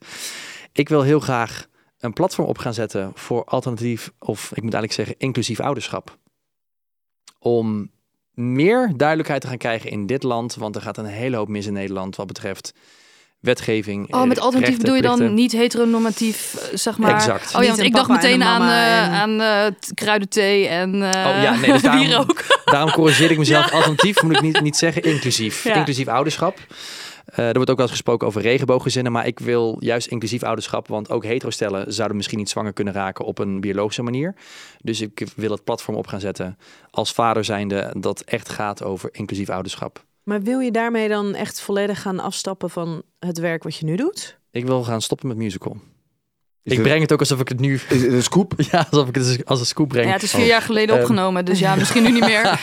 S2: Ik wil heel graag een platform op gaan zetten voor alternatief, of ik moet eigenlijk zeggen inclusief ouderschap. Om meer duidelijkheid te gaan krijgen in dit land, want er gaat een hele hoop mis in Nederland wat betreft wetgeving.
S5: Oh, met
S2: eh,
S5: alternatief
S2: rechten,
S5: bedoel je dan
S2: plichten.
S5: niet heteronormatief, eh, zeg maar.
S2: Exact.
S5: Oh ja,
S4: Niet
S5: want
S4: een
S5: ik dacht
S4: papa en een
S5: meteen aan,
S4: mama
S5: eh, aan eh, t- kruidenthee en eh
S2: Oh ja, nee, dus daarom-
S5: bier ook.
S2: Daarom corrigeer ik mezelf. Alternatief moet ik niet, niet zeggen inclusief.
S5: Ja.
S2: Inclusief ouderschap. Eh, er wordt ook wel eens gesproken over regenbooggezinnen, maar ik wil juist inclusief ouderschap, want ook heterostellen zouden misschien niet zwanger kunnen raken op een biologische manier. Dus ik wil het platform op gaan zetten als vader zijnde dat echt gaat over inclusief ouderschap.
S4: Maar wil je daarmee dan echt volledig gaan afstappen van het werk wat je nu doet?
S2: Ik wil gaan stoppen met musical.
S6: Is
S2: ik
S6: dit-
S2: breng het ook alsof ik het nu...
S6: Is dit een scoop?
S2: Ja, alsof ik het als een scoop breng.
S5: Ja, het is vier jaar geleden
S2: Ehm.
S5: opgenomen, dus ja, misschien nu niet meer.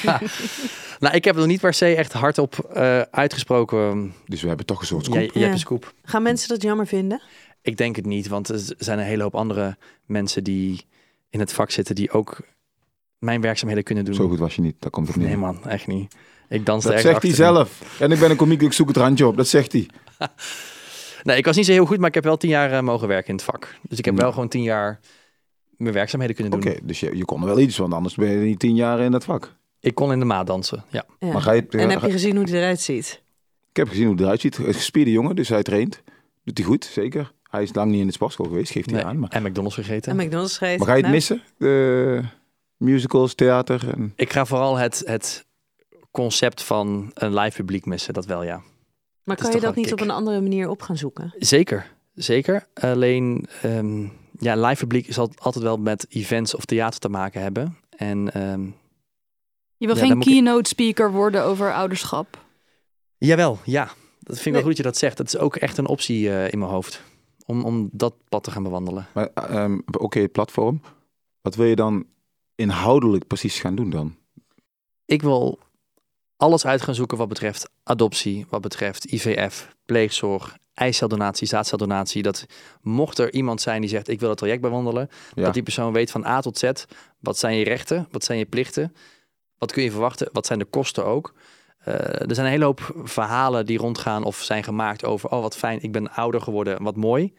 S2: Nou, ik heb het nog niet per se echt hardop eh, uitgesproken.
S6: Dus we hebben toch een soort scoop.
S2: Jij, jij hebt
S4: Ja.
S2: een scoop.
S4: Gaan mensen dat jammer vinden?
S2: Ik denk het niet, want er zijn een hele hoop andere mensen die in het vak zitten die ook mijn werkzaamheden kunnen doen.
S6: Zo goed was je niet, daar komt het niet.
S2: Nee man, echt niet. Ik danste
S6: dat
S2: erg
S6: zegt hij
S2: achterin.
S6: zelf. En ik ben een komiek, ik zoek het randje op. Dat zegt hij.
S2: Nee, ik was niet zo heel goed, maar ik heb wel tien jaar eh, mogen werken in het vak. Dus ik heb
S6: Ja.
S2: wel gewoon tien jaar mijn werkzaamheden
S6: Oké,
S2: kunnen doen.
S6: dus je, je kon er wel iets, want anders ben je niet tien jaar in dat vak.
S2: Ik kon in de maat dansen, ja.
S4: Ja.
S6: Maar ga je,
S4: En heb
S6: ga-
S4: je gezien hoe die eruit ziet?
S6: Ik heb gezien hoe hij eruit ziet. Een gespierde jongen, dus hij traint. Doet hij goed, zeker. Hij is lang niet in de sportschool geweest, geeft hij
S2: Nee,
S6: aan. Maar,
S2: En McDonald's
S4: En
S2: gegeten.
S4: McDonald's schreef...
S6: maar ga je het
S4: nou,
S6: missen? Eh, musicals, theater. En...
S2: Ik ga vooral het, het concept van een live publiek missen, dat wel ja. Het is
S4: Maar kan je
S2: toch
S4: dat
S2: wel
S4: niet op
S2: kick.
S4: een andere manier op gaan zoeken?
S2: Zeker, zeker. Alleen, ehm, ja, live publiek zal altijd wel met events of theater te maken hebben. En ehm,
S5: Je wil
S2: Ja, dan
S5: geen
S2: moet ik-
S5: keynote speaker worden over ouderschap.
S2: jawel, ja. Dat vind ik
S4: Nee.
S2: wel goed dat je dat zegt. Dat is ook echt een optie eh, in mijn hoofd. Om, om dat pad te gaan bewandelen.
S6: Maar eh, ehm, oké, het platform. Wat wil je dan inhoudelijk precies gaan doen dan?
S2: Ik wil alles uit gaan zoeken wat betreft adoptie, wat betreft IVF, pleegzorg, eiceldonatie, zaadceldonatie. Dat mocht er iemand zijn die zegt ik wil het traject bewandelen,
S6: Ja.
S2: dat die persoon weet van A tot Z wat zijn je rechten, wat zijn je plichten, wat kun je verwachten, wat zijn de kosten ook. Eh, er zijn een hele hoop verhalen die rondgaan of zijn gemaakt over oh wat fijn, ik ben ouder geworden, wat mooi.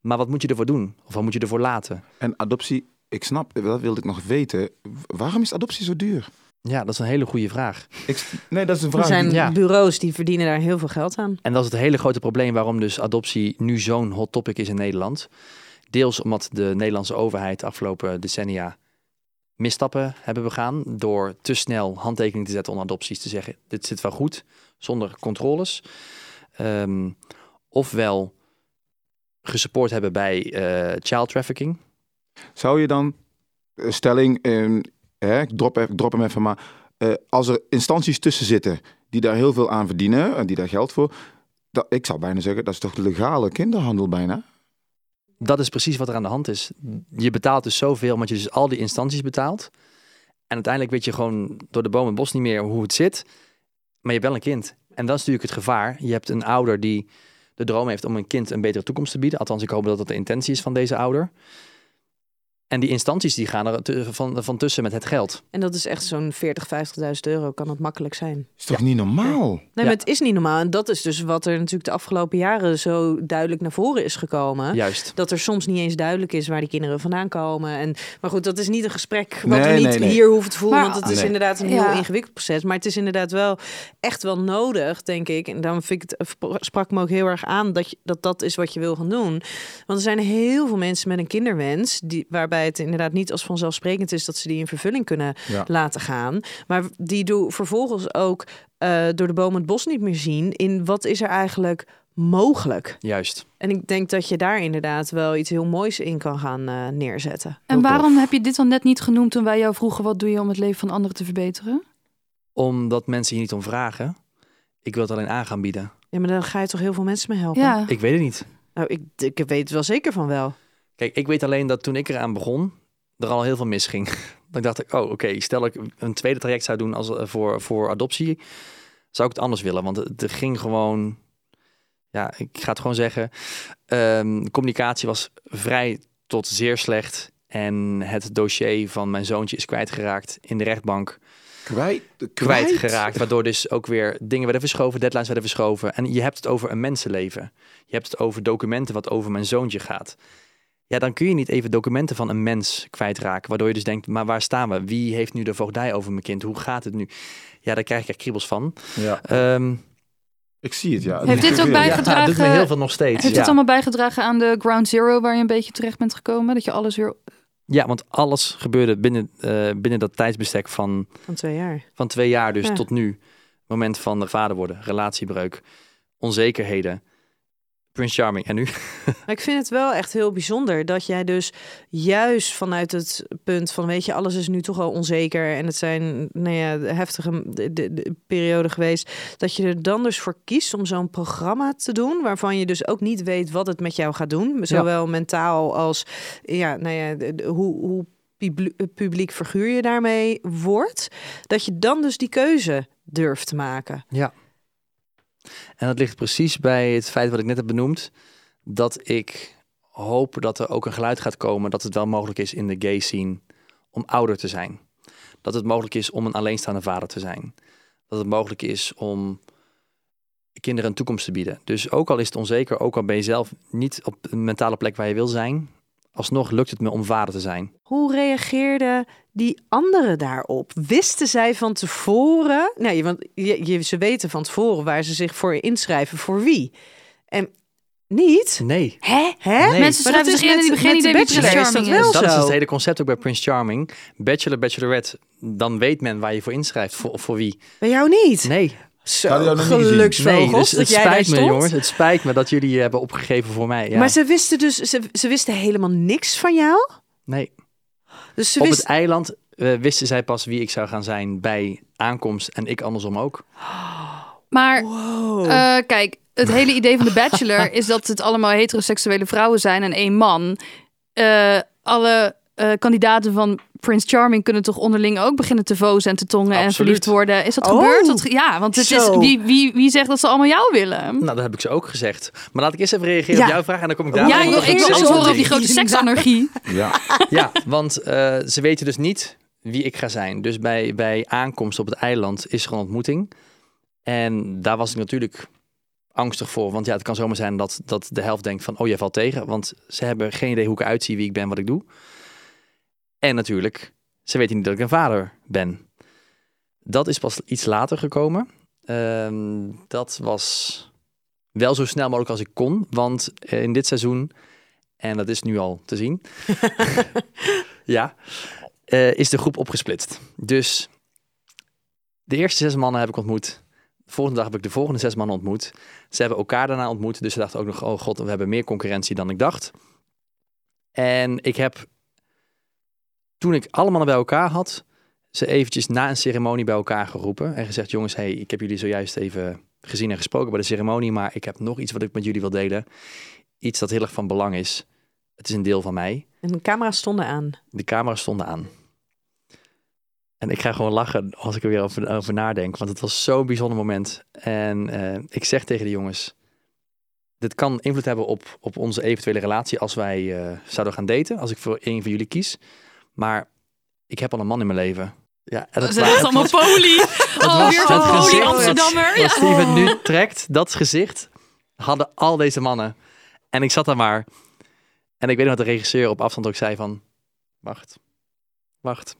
S2: Maar wat moet je ervoor doen? Of wat moet je ervoor laten?
S6: En adoptie, ik snap, dat wilde ik nog weten. W- Waarom is adoptie zo duur?
S2: Ja, dat is een hele goede vraag.
S6: Ik, nee, dat is een
S4: Er
S6: vraag.
S4: zijn
S6: die-
S2: ja.
S4: bureaus die verdienen daar heel veel geld aan.
S2: En dat is het hele grote probleem waarom dus adoptie nu zo'n hot topic is in Nederland. Deels omdat de Nederlandse overheid de afgelopen decennia misstappen hebben begaan door te snel handtekening te zetten onder adopties te zeggen dit zit wel goed zonder controles. Ehm, ofwel gesupport hebben bij eh, child trafficking.
S6: Zou je dan, eh, stelling, ehm, hè, ik drop, even- drop hem even, maar eh, als er instanties tussen zitten die daar heel veel aan verdienen en die daar geld voor, dat, ik zou bijna zeggen, dat is toch legale kinderhandel bijna?
S2: Dat is precies wat er aan de hand is. Je betaalt dus zoveel, omdat je dus al die instanties betaalt. En uiteindelijk weet je gewoon door de boom en het bos niet meer hoe het zit. Maar je hebt wel een kind. En dat is natuurlijk het gevaar. Je hebt een ouder die de droom heeft om een kind een betere toekomst te bieden. Althans, ik hoop dat dat de intentie is van deze ouder. En die instanties die gaan er tu- van, van tussen met het geld.
S4: En dat is echt zo'n 40.000, 50.000 euro kan dat makkelijk zijn.
S6: Is toch niet normaal?
S4: Nee,
S2: Ja.
S4: maar het is niet normaal. En dat is dus wat er natuurlijk de afgelopen jaren zo duidelijk naar voren is gekomen.
S2: Juist.
S4: Dat er soms niet eens duidelijk is waar die kinderen vandaan komen. En, maar goed, dat is niet een gesprek wat
S6: Nee,
S4: we niet
S6: nee, nee.
S4: hier hoeven te voeren.
S5: Maar-
S4: want het is
S6: Nee.
S4: inderdaad een
S5: Ja.
S4: heel ingewikkeld proces. Maar het is inderdaad wel echt wel nodig, denk ik. En daarom vind ik het, eh, sprak me ook heel erg aan dat, je, dat dat is wat je wil gaan doen. Want er zijn heel veel mensen met een kinderwens... Die, waarbij het inderdaad niet als vanzelfsprekend is... dat ze die in vervulling kunnen
S6: Ja.
S4: laten gaan. Maar die doen vervolgens ook eh, door de bomen het bos niet meer zien... in wat is er eigenlijk mogelijk.
S2: Juist.
S4: En ik denk dat je daar inderdaad wel iets heel moois in kan gaan eh, neerzetten.
S5: En waarom heb je dit dan net niet genoemd toen wij jou vroegen... wat doe je om het leven van anderen te verbeteren?
S2: Omdat mensen hier niet om vragen. Ik wil het alleen aan gaan bieden.
S4: Ja, maar dan ga je toch heel veel mensen mee helpen?
S5: Ja,
S2: Ik weet het niet.
S4: Nou, ik, ik weet het wel zeker van wel.
S2: Kijk, ik weet alleen dat toen ik eraan begon, er al heel veel misging. Dan dacht ik, oh oké, stel ik een tweede traject zou doen als, eh, voor, voor adoptie, zou ik het anders willen. Want het, er ging gewoon, ja, ik ga het gewoon zeggen, ehm, communicatie was vrij tot zeer slecht. En het dossier van mijn zoontje is kwijtgeraakt in de rechtbank
S6: Kwijt, kwijt?
S2: kwijtgeraakt. Waardoor dus ook weer dingen werden verschoven, deadlines werden verschoven. En je hebt het over een mensenleven. Je hebt het over documenten wat over mijn zoontje gaat. Ja, dan kun je niet even documenten van een mens kwijtraken. Waardoor je dus denkt, maar waar staan we? Wie heeft nu de voogdij over mijn kind? Hoe gaat het nu? Ja, daar krijg ik echt kriebels van.
S6: Ja.
S2: Ehm,
S6: Ik zie het, ja.
S5: Heeft dit ook
S2: ja,
S5: bijgedragen-
S2: dat Nou, doet me heel veel nog steeds.
S5: heeft
S2: ja.
S5: het allemaal bijgedragen aan de ground zero... waar je een beetje terecht bent gekomen? Dat je alles weer...
S2: ja, want alles gebeurde binnen, eh, binnen dat tijdsbestek van
S4: Van twee jaar.
S2: Van twee jaar dus
S4: Ja.
S2: tot nu. Moment van de vader worden, relatiebreuk, onzekerheden, Prince Charming. En nu?
S4: Maar ik vind het wel echt heel bijzonder dat jij dus juist vanuit het punt van weet je, alles is nu toch al onzeker en het zijn nou ja, heftige de, de, de perioden geweest, dat je er dan dus voor kiest om zo'n programma te doen waarvan je dus ook niet weet wat het met jou gaat doen, zowel mentaal als ja, nou ja, de- de- hoe, hoe publiek, publiek figuur je daarmee wordt, dat je dan dus die keuze durft te maken.
S2: Ja. En dat ligt precies bij het feit wat ik net heb benoemd. Dat ik hoop dat er ook een geluid gaat komen dat het wel mogelijk is in de gay scene om ouder te zijn. Dat het mogelijk is om een alleenstaande vader te zijn. Dat het mogelijk is om kinderen een toekomst te bieden. Dus ook al is het onzeker, ook al ben je zelf niet op een mentale plek waar je wil zijn, alsnog lukt het me om vader te zijn.
S4: Hoe reageerden die anderen daarop? Wisten zij van tevoren? Nou, je- want je, je- ze weten van tevoren waar ze zich voor inschrijven, voor wie. En niet.
S2: Nee,
S5: Hè?
S4: Hè?
S2: Nee.
S5: Mensen
S4: Maar dat
S5: schrijven
S4: is
S5: zich in en
S4: met-
S5: die hebben geen
S4: met de
S5: idee wie Prince
S4: Bachelor is dat
S5: Charming is.
S4: wel
S2: Dus dat
S4: zo.
S2: is het hele concept ook bij Prince Charming. Bachelor, bachelorette, dan weet men waar je voor inschrijft. Voor, voor wie?
S4: Bij jou niet.
S2: Nee,
S6: Hadden
S4: Zo,
S6: jullie dat nog niet gezien?
S4: geluksvogels
S2: nee. Dus
S4: dat
S2: het
S4: jij daar
S2: spijt me,
S4: stond.
S2: jongens. Het spijt me dat jullie je hebben opgegeven voor mij. Ja.
S4: Maar ze wisten dus, ze, ze wisten helemaal niks van jou.
S2: nee.
S4: Dus ze
S2: Op
S4: wisten.
S2: het eiland eh, wisten zij pas wie ik zou gaan zijn bij aankomst en ik andersom ook.
S5: Maar
S4: Wow.
S5: eh, kijk, het hele idee van The Bachelor is dat het allemaal heteroseksuele vrouwen zijn en één man. Eh, alle eh, kandidaten van Prince Charming kunnen toch onderling ook beginnen te vozen en te tongen en
S2: Absoluut.
S5: verliefd worden. Is dat
S4: Oh.
S5: gebeurd? Dat ge- ja, want het is,
S4: Zo.
S5: wie, wie, wie zegt dat ze allemaal jou willen?
S2: Nou, dat heb ik ze ook gezegd. Maar laat ik eerst even reageren
S4: Ja.
S2: op jouw vraag en dan kom ik
S4: Ja,
S2: daarna
S5: Ja,
S2: nog
S5: joh,
S2: even
S5: ik wil
S2: op
S5: eens
S2: antwoord
S5: horen op
S2: in.
S5: die grote seksanarchie.
S6: Ja.
S2: Ja, want eh, ze weten dus niet wie ik ga zijn. Dus bij, bij aankomst op het eiland is er een ontmoeting. En daar was ik natuurlijk angstig voor. Want ja, het kan zomaar zijn dat, dat de helft denkt van... oh, jij valt tegen. Want ze hebben geen idee hoe ik eruit zie, wie ik ben, wat ik doe. En natuurlijk, ze weten niet dat ik een vader ben. Dat is pas iets later gekomen. Ehm, dat was wel zo snel mogelijk als ik kon. Want eh, in dit seizoen, en dat is nu al te zien... Ja. Eh, is de groep opgesplitst. Dus de eerste zes mannen heb ik ontmoet. De volgende dag heb ik de volgende zes mannen ontmoet. Ze hebben elkaar daarna ontmoet. Dus ze dachten ook nog, oh god, we hebben meer concurrentie dan ik dacht. En ik heb, toen ik allemaal bij elkaar had, ze eventjes na een ceremonie bij elkaar geroepen. En gezegd, jongens, hey, ik heb jullie zojuist even gezien en gesproken bij de ceremonie. Maar ik heb nog iets wat ik met jullie wil delen. Iets dat heel erg van belang is. Het is een deel van mij.
S4: En de camera's stonden aan.
S2: De camera's stonden aan. En ik ga gewoon lachen als ik er weer over, over nadenk. Want het was zo'n bijzonder moment. En eh, ik zeg tegen de jongens... Dit kan invloed hebben op, op onze eventuele relatie als wij eh, zouden gaan daten. Als ik voor één van jullie kies. Maar ik heb al een man in mijn leven. Ja, en
S5: Dat
S2: dat,
S5: is
S2: wa-
S5: allemaal
S2: het
S5: poli. Oh,
S2: was
S5: weer
S2: dat
S5: zo'n poli
S2: gezicht wat-
S5: Amsterdammer.
S2: wat
S5: Ja.
S2: Steven nu trekt, dat gezicht, hadden al deze mannen. En ik zat daar maar. En ik weet nog dat de regisseur op afstand ook zei van... Wacht, wacht.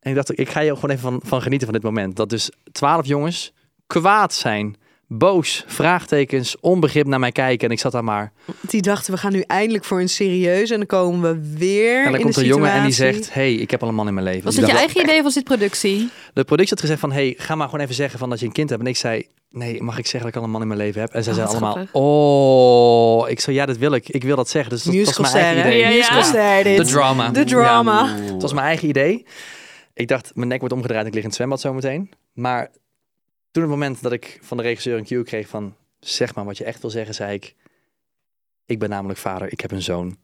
S2: En ik dacht, ik ga je gewoon even van, van genieten van dit moment. Dat dus twaalf jongens kwaad zijn, boos, vraagtekens, onbegrip naar mij kijken. En ik zat daar maar.
S4: Die dachten, we gaan nu eindelijk voor een serieus. En dan komen we weer.
S2: En
S4: in
S2: dan komt
S4: de
S2: een jongen en die
S4: situatie.
S2: zegt... hey, ik heb al een man in mijn leven.
S5: Was
S2: Ik
S5: dat je
S2: dacht,
S5: eigen idee of was dit productie?
S2: De productie had gezegd van, hey, ga maar gewoon even zeggen van dat je een kind hebt. En ik zei, nee, mag ik zeggen dat ik al een man in mijn leven heb? En zij
S5: Oh,
S2: zeiden
S5: wat
S2: allemaal, oh, ik zei, ja, dat wil ik. Ik wil dat zeggen. Dus dat was mijn eigen
S4: Musicalster, hè?
S2: idee.
S5: Ja, ja.
S4: Musicalster,
S2: De
S4: dit.
S2: drama.
S4: De drama.
S2: Ja. Het was mijn eigen idee. Ik dacht, mijn nek wordt omgedraaid en ik lig in het zwembad zometeen. Maar toen op het moment dat ik van de regisseur een cue kreeg van... zeg maar wat je echt wil zeggen, zei ik... ik ben namelijk vader, ik heb een zoon.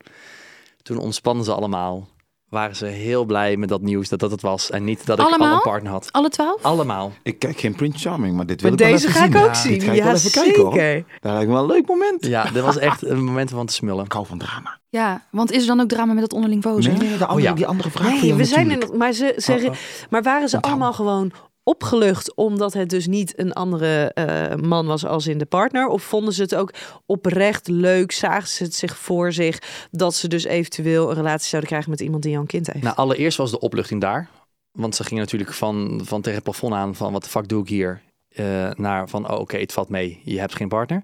S2: Toen ontspannen ze allemaal. Waren ze heel blij met dat nieuws, dat dat het was. En niet dat ik
S5: Allemaal?
S2: al een partner had.
S5: Alle twaalf?
S2: Allemaal.
S6: Ik kijk geen Prince Charming, maar dit wil
S4: Maar
S6: ik wel
S4: deze
S6: even
S4: ga ik
S6: zien.
S4: ook zien.
S6: Ja, Dit ga ik
S4: ja,
S6: wel even kijken hoor.
S4: zeker.
S6: Dat lijkt me wel een leuk moment.
S2: Ja, dat was echt een moment van te smullen.
S6: Ik hou van drama.
S5: Ja, want is er dan ook drama met dat onderling boze?
S6: de
S2: andere- die
S6: andere vraag
S4: Oh, Nee, we zijn er, maar, ze, ze,
S6: Oh, oh.
S4: maar waren ze allemaal gewoon opgelucht omdat het dus niet een andere eh, man was als in de partner? Of vonden ze het ook oprecht leuk? Zagen ze het zich voor zich dat ze dus eventueel een relatie zouden krijgen met iemand die al een kind heeft?
S2: Nou, allereerst was de opluchting daar. Want ze gingen natuurlijk van, van tegen het plafond aan van wat de fuck doe ik hier? eh, naar van, oh, oké, het valt mee, je hebt geen partner.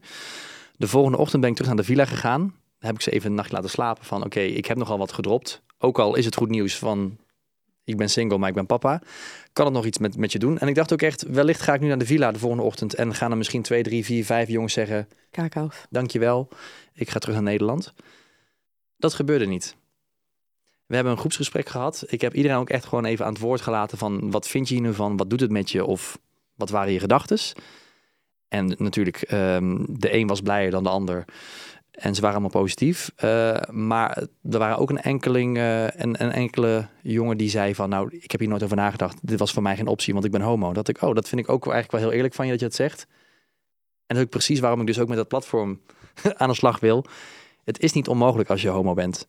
S2: De volgende ochtend ben ik terug naar de villa gegaan. Daar heb ik ze even een nacht laten slapen van, oké, ik heb nogal wat gedropt. Ook al is het goed nieuws van, ik ben single, maar ik ben papa. Kan het nog iets met, met je doen? En ik dacht ook echt, wellicht ga ik nu naar de villa de volgende ochtend en gaan er misschien twee, drie, vier, vijf jongens zeggen,
S4: Kaak af.
S2: dankjewel, ik ga terug naar Nederland. Dat gebeurde niet. We hebben een groepsgesprek gehad. Ik heb iedereen ook echt gewoon even aan het woord gelaten van wat vind je hier nu van, wat doet het met je of wat waren je gedachtes? En natuurlijk, ehm, de een was blijer dan de ander. En ze waren allemaal positief. Eh, maar er waren ook een, enkeling, eh, een, een enkele jongen die zei van... nou, ik heb hier nooit over nagedacht. Dit was voor mij geen optie, want ik ben homo. Dat ik, oh, dat vind ik ook wel eigenlijk wel heel eerlijk van je dat je dat zegt. En dat is ook precies waarom ik dus ook met dat platform aan de slag wil. Het is niet onmogelijk als je homo bent.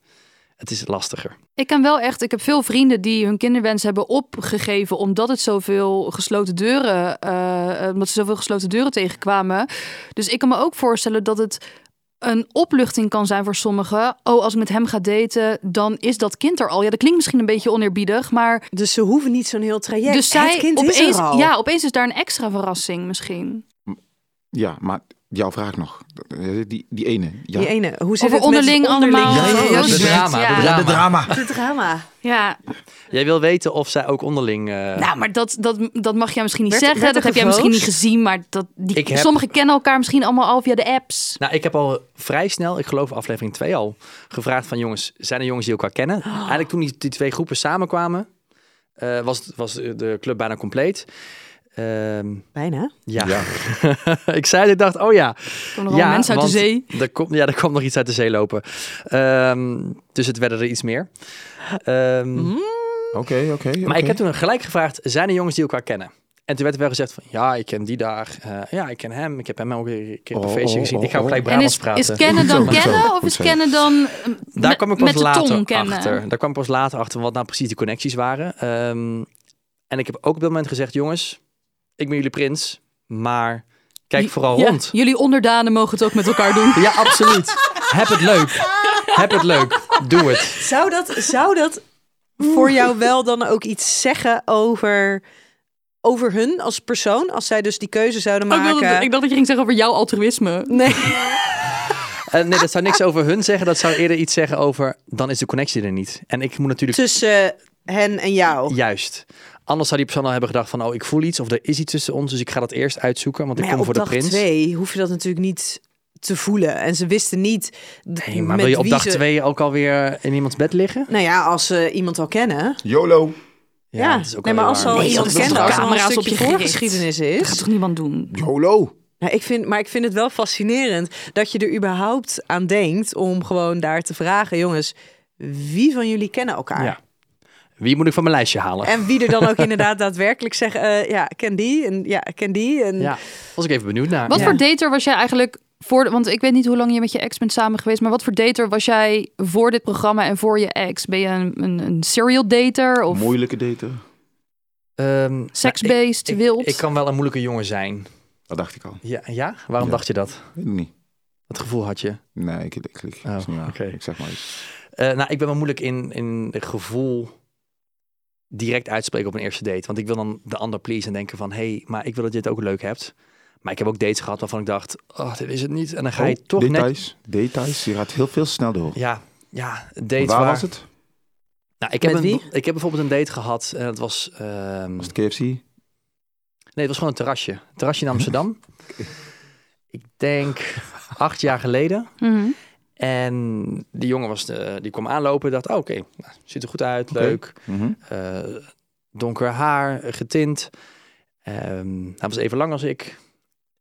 S2: Het is lastiger.
S5: Ik ken wel echt, ik heb veel vrienden die hun kinderwens hebben opgegeven omdat het zoveel gesloten deuren, eh, omdat ze zoveel gesloten deuren tegenkwamen. Dus ik kan me ook voorstellen dat het een opluchting kan zijn voor sommigen. Oh, als ik met hem ga daten, dan is dat kind er al. Ja, dat klinkt misschien een beetje oneerbiedig, maar
S4: Dus ze hoeven niet zo'n heel traject.
S5: dus zij
S4: het kind
S5: opeens,
S4: is er al.
S5: ja, opeens is daar een extra verrassing misschien.
S6: Ja, maar jouw vraag nog. Die, die ene. Ja.
S4: Die ene. Hoe zit
S5: Over
S4: het met
S5: onderling
S4: het onderling
S5: allemaal.
S4: gevoel?
S5: Ja, ja, ja.
S2: de
S5: shit,
S2: drama,
S5: ja.
S2: de drama.
S4: Het drama.
S5: Ja,
S2: Jij wil weten of zij ook onderling... eh,
S5: nou, maar dat, dat, dat mag jij misschien niet
S4: Werd-
S5: zeggen.
S4: werd er
S5: dat heb jij misschien niet
S4: gevoogd?
S5: gezien, maar dat, die,
S2: Ik heb-
S5: sommigen kennen elkaar misschien allemaal al via de apps.
S2: Nou, ik heb al vrij snel, ik geloof aflevering 2 al, gevraagd van jongens, zijn er jongens die elkaar kennen? Eigenlijk toen die, die twee groepen samenkwamen, eh, was, het- was de club bijna compleet. Ehm,
S4: Bijna.
S2: ja, ik zei dit, dacht, oh ja.
S5: Er komen nog allemaal mensen uit de
S2: want
S5: zee.
S2: Er komt, ja, er kwam nog iets uit de zee lopen. Ehm, dus het werden er iets meer. Ehm,
S5: Mhm.
S6: Oké, oké.
S2: maar ik heb toen gelijk gevraagd, zijn er jongens die elkaar kennen? En toen werd er wel gezegd van, ja, ik ken die daar. eh, ja, ik ken hem. Ik heb hem ook een keer op een
S6: Oh,
S2: feestje
S6: oh,
S2: gezien.
S6: oh,
S2: Ik ga ook
S6: oh.
S2: gelijk
S5: En
S2: Brabants
S5: is,
S2: praten.
S5: is kennen dan
S6: Goed zo,
S5: kennen
S6: goed
S5: of is
S6: zo.
S5: kennen dan eh,
S2: Daar
S5: met-
S2: kwam ik
S5: met
S2: pas
S5: de tong
S2: later
S5: kennen?
S2: achter. Daar kwam ik pas later achter wat nou precies die connecties waren. Ehm, en ik heb ook op dat moment gezegd, jongens, ik ben jullie prins, maar kijk vooral
S5: Ja,
S2: rond.
S5: Jullie onderdanen mogen het ook met elkaar doen.
S2: Ja, absoluut. Heb het leuk. Heb het leuk. Doe het.
S4: Zou dat, zou dat voor jou wel dan ook iets zeggen over, over hun als persoon? Als zij dus die keuze zouden
S5: Oh, ik, wilde-
S4: maken.
S5: ik dacht dat je ging zeggen over jouw altruïsme.
S4: Nee.
S2: Eh, nee, dat zou niks over hun zeggen. Dat zou eerder iets zeggen over, dan is de connectie er niet. En ik moet natuurlijk
S4: Tussen hen en jou.
S2: juist. Anders zou die persoon al hebben gedacht van, oh, ik voel iets of er is iets tussen ons, dus ik ga dat eerst uitzoeken, want ik
S4: Maar ja,
S2: kom
S4: op
S2: voor de
S4: dag
S2: prins.
S4: twee hoef je dat natuurlijk niet te voelen. En ze wisten niet. d-
S2: Nee, maar
S4: met
S2: wil je op
S4: wie
S2: dag
S4: ze-
S2: twee ook alweer in iemands bed liggen?
S4: Nou ja, als ze iemand al kennen.
S6: YOLO.
S4: Ja, nee, maar als ze al
S5: Nee,
S4: iemand
S5: dat is
S4: kennen,
S5: toch
S4: als er al een
S5: camera's op
S4: stukje
S5: je gericht?
S4: voorgeschiedenis
S5: Dat gaat
S4: is.
S5: toch niemand doen?
S6: YOLO.
S4: Nou, ik vind, maar ik vind het wel fascinerend dat je er überhaupt aan denkt om gewoon daar te vragen, jongens, wie van jullie kennen elkaar?
S2: Ja. Wie moet ik van mijn lijstje halen?
S4: En wie er dan ook inderdaad daadwerkelijk zegt, eh, ja, ik ken die en ja, ik ken die. En...
S2: Ja, was ik even benieuwd naar.
S5: Wat
S2: Ja.
S5: voor dater was jij eigenlijk voor... de- Want ik weet niet hoe lang je met je ex bent samen geweest... maar wat voor dater was jij voor dit programma en voor je ex? Ben je een, een, een serial dater of
S6: Moeilijke daten.
S2: Ehm, nou,
S5: seksbeest,
S2: ik-
S5: wild?
S2: Ik, ik kan wel een moeilijke jongen zijn.
S6: Dat dacht ik al.
S2: Ja? ja? Waarom
S6: Ja.
S2: dacht je dat?
S6: Weet ik niet.
S2: Dat gevoel had je.
S6: Nee, ik klik. klik.
S2: Oh,
S6: is niet waar.
S2: oké.
S6: Ik zeg maar iets.
S2: Eh, nou, ik ben wel moeilijk in, in het gevoel direct uitspreken op een eerste date. Want ik wil dan de ander please en denken van... hé, hey, maar ik wil dat je het ook leuk hebt. Maar ik heb ook dates gehad waarvan ik dacht... oh, dit is het niet. En dan ga je
S6: Oh,
S2: toch net...
S6: details. Details. Je gaat heel veel snel door.
S2: Ja, ja, dates
S6: waar,
S2: waar...
S6: was het?
S2: Nou, ik, heb
S4: Met
S2: een,
S4: wie?
S2: ik heb bijvoorbeeld een date gehad en dat was... ehm,
S6: Was het KFC?
S2: Nee, het was gewoon een terrasje. Een terrasje in Amsterdam. ik denk acht jaar geleden.
S5: Mhm.
S2: En die jongen was de, die kwam aanlopen. Dacht, oh, oké, nou, ziet er goed uit,
S6: Oké.
S2: leuk.
S6: Mhm.
S2: Eh, donker haar, eh, getint. Ehm, hij was even lang als ik.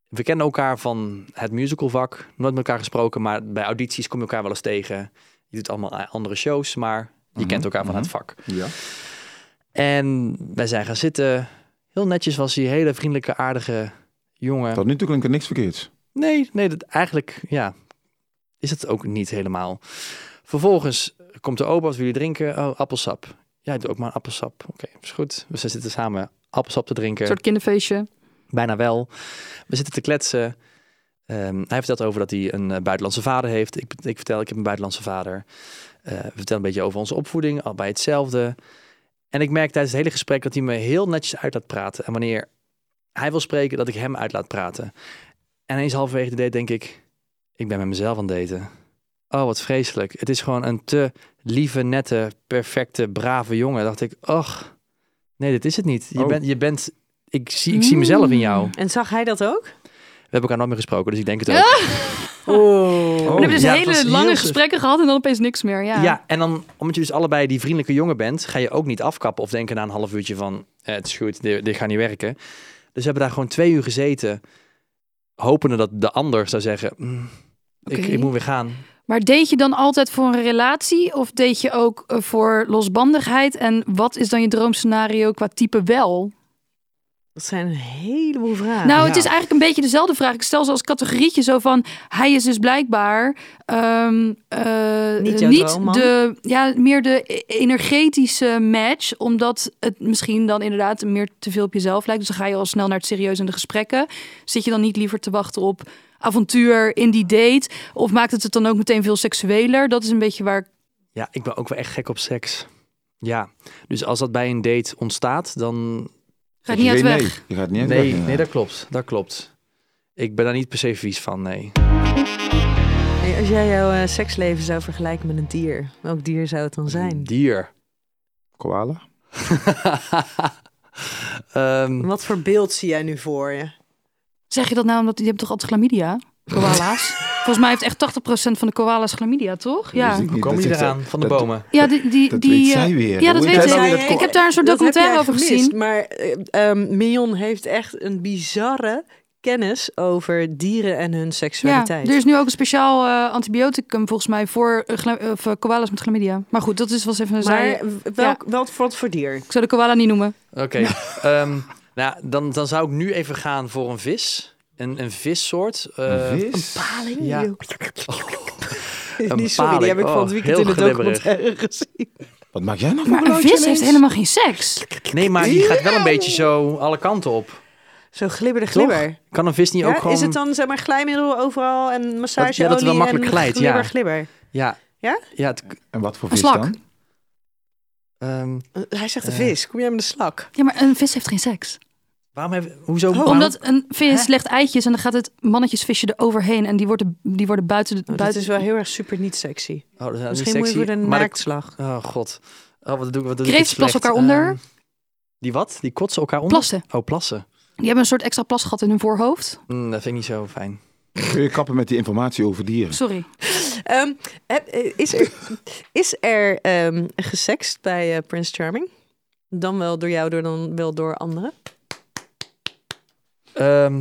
S2: We kennen elkaar van het musicalvak. Nooit met elkaar gesproken, maar bij audities kom je elkaar wel eens tegen. Je doet allemaal eh, andere shows, maar je
S6: Mhm,
S2: kent elkaar van
S6: mhm.
S2: het vak.
S6: Ja.
S2: En wij zijn gaan zitten. Heel netjes was hij, hele vriendelijke, aardige jongen.
S6: Tot nu toe klinkt er niks verkeerds.
S2: Nee, nee, dat eigenlijk ja, is het ook niet helemaal. Vervolgens komt de opa, wat willen jullie drinken? Oh, appelsap. Ja, ik doe ook maar een appelsap. Oké, is goed. We zitten samen appelsap te drinken.
S5: Een soort kinderfeestje.
S2: Oh, Bijna wel. We zitten te kletsen. Ehm, hij vertelt over dat hij een eh, buitenlandse vader heeft. Ik, ik vertel, ik heb een buitenlandse vader. Eh, we vertellen een beetje over onze opvoeding, al bij hetzelfde. En ik merk tijdens het hele gesprek dat hij me heel netjes uit laat praten. En wanneer hij wil spreken, dat ik hem uit laat praten. En eens halverwege de date denk ik, ik ben met mezelf aan het daten. oh wat vreselijk. Het is gewoon een te lieve, nette, perfecte, brave jongen. Dacht ik, ach, nee, dit is het niet. Je
S6: Oh.
S2: bent, je bent, ik zie, ik zie mezelf in jou. We
S4: En zag hij dat ook?
S2: hebben elkaar nooit meer gesproken, dus ik denk het
S4: Ah!
S2: ook.
S4: Oh.
S5: We hebben dus
S2: ja, het was
S5: hele
S2: heel
S5: lange
S2: zus.
S5: gesprekken gehad en dan opeens niks meer. Ja.
S2: Ja. en dan, omdat je dus allebei die vriendelijke jongen bent, ga je ook niet afkappen of denken na een half uurtje van, eh, het is goed, dit, dit gaat niet werken. Dus we hebben daar gewoon twee uur gezeten, hopende dat de ander zou zeggen, "Mm, ik,
S5: Oké.
S2: ik moet weer gaan.
S5: Maar deed je dan altijd voor een relatie of deed je ook eh, voor losbandigheid? En wat is dan je droomscenario qua type wel?
S4: Dat zijn een heleboel vragen.
S5: nou,
S2: ja.
S5: het is eigenlijk een beetje dezelfde vraag. Ik stel ze als categorietje zo van... hij is dus blijkbaar ehm, eh,
S4: Niet jouw droomman.
S5: de, ja, meer de e- energetische match. Omdat het misschien dan inderdaad meer te veel op jezelf lijkt. Dus dan ga je al snel naar het serieus in de gesprekken. Zit je dan niet liever te wachten op avontuur in die date? Of maakt het het dan ook meteen veel seksueler? Dat is een beetje waar ik
S2: Ja, ik ben ook wel echt gek op seks. Ja, dus als dat bij een date ontstaat, dan...
S5: Gaat niet uit
S6: Geen
S5: weg.
S6: Nee, je gaat niet uit
S2: Nee,
S6: weg,
S2: nee,
S6: ja.
S2: dat klopt, dat klopt. Ik ben daar niet per se vies van, nee.
S4: Hey, als jij jouw eh, seksleven zou vergelijken met een dier, welk dier zou het dan zijn?
S2: Dier.
S6: Koala?
S2: Ehm,
S4: Wat voor beeld zie jij nu voor je?
S5: Zeg je dat nou omdat die hebben toch altijd chlamydia? Koala's. Volgens mij heeft echt 80% van de koala's chlamydia, toch?
S6: Dat
S5: Ja.
S6: wist ik
S2: hoe
S6: niet.
S2: komen
S6: Dat
S2: die
S6: zegt-
S2: eraan? Van de
S6: dat-
S2: bomen?
S5: Ja, die, die,
S6: Dat
S5: die,
S6: weet
S5: eh,
S6: zij weer.
S5: ja, dat
S6: Hoe
S5: weet
S6: weet zij
S5: ik.
S6: nou weer dat
S5: Ik heb daar een soort
S4: Dat heb
S5: documentaire
S4: jij
S5: over
S4: gemist,
S5: gezien.
S4: Maar eh, ehm, Mion heeft echt een bizarre kennis over dieren en hun
S5: Ja,
S4: seksualiteit.
S5: er is nu ook een speciaal eh, antibioticum volgens mij voor eh, chla- of, eh, koala's met chlamydia. Maar goed, dat is was even een
S4: Maar
S5: zij.
S4: welk, welk wat voor dier?
S5: Ik zou de koala niet noemen.
S2: Oké. ehm, nou, dan, dan zou ik nu even gaan voor een vis. Een, een vissoort. eh, Oh.
S6: Een vis?
S4: Paling?
S2: ja.
S4: die, sorry, die
S2: paling.
S4: heb ik van
S2: Oh,
S4: het weekend
S2: heel
S4: in de
S2: glibberig.
S4: documentaire gezien.
S6: Wat maak jij nou voor
S5: Maar een
S6: geluidje
S5: vis heeft
S6: ineens?
S5: helemaal geen seks.
S2: Nee, maar die gaat wel een beetje zo alle kanten op.
S4: Zo glibber de glibber.
S2: Kan een vis niet ook
S4: Ja,
S2: gewoon...
S4: Is het dan zeg maar glijmiddel overal en massageolie
S2: dat het wel makkelijk
S4: en
S2: glijdt, ja.
S4: glibber glibber?
S2: Ja.
S4: Ja?
S2: Ja, het-
S6: En wat voor
S5: Een
S6: vis
S5: slak.
S6: dan?
S2: ehm,
S4: Eh, Hij zegt de
S2: Eh.
S4: vis, kom jij met de slak?
S5: Ja, maar een vis heeft geen seks.
S4: Oh,
S2: waarom hebben... oh, Hoezo? waarom-
S5: Omdat een vis legt eitjes en dan gaat het mannetjesvisje er overheen en die, wordt de- die worden buiten de...
S4: Nou, dat
S5: buiten
S4: is wel heel erg super niet sexy.
S2: Oh, dat is niet
S4: Misschien moet je
S2: sexy,
S4: voor de
S2: maar dat-
S4: naaktslag.
S2: Oh god. Oh, wat doe ik, wat doe ik
S5: Kreeften
S2: het slecht.
S5: plassen elkaar onder.
S2: Ehm, die wat? Die kotsen elkaar onder?
S5: plassen.
S2: Oh, plassen.
S5: Die hebben een soort extra plasgat in hun voorhoofd.
S2: Mm, dat vind ik niet zo fijn.
S6: Kun je kappen met die informatie over dieren?
S5: Sorry.
S4: Ehm, heb- eh, is er, is er ehm, gesext bij eh, Prince Charming? Dan wel door jou, door dan wel door anderen.
S2: Ehm,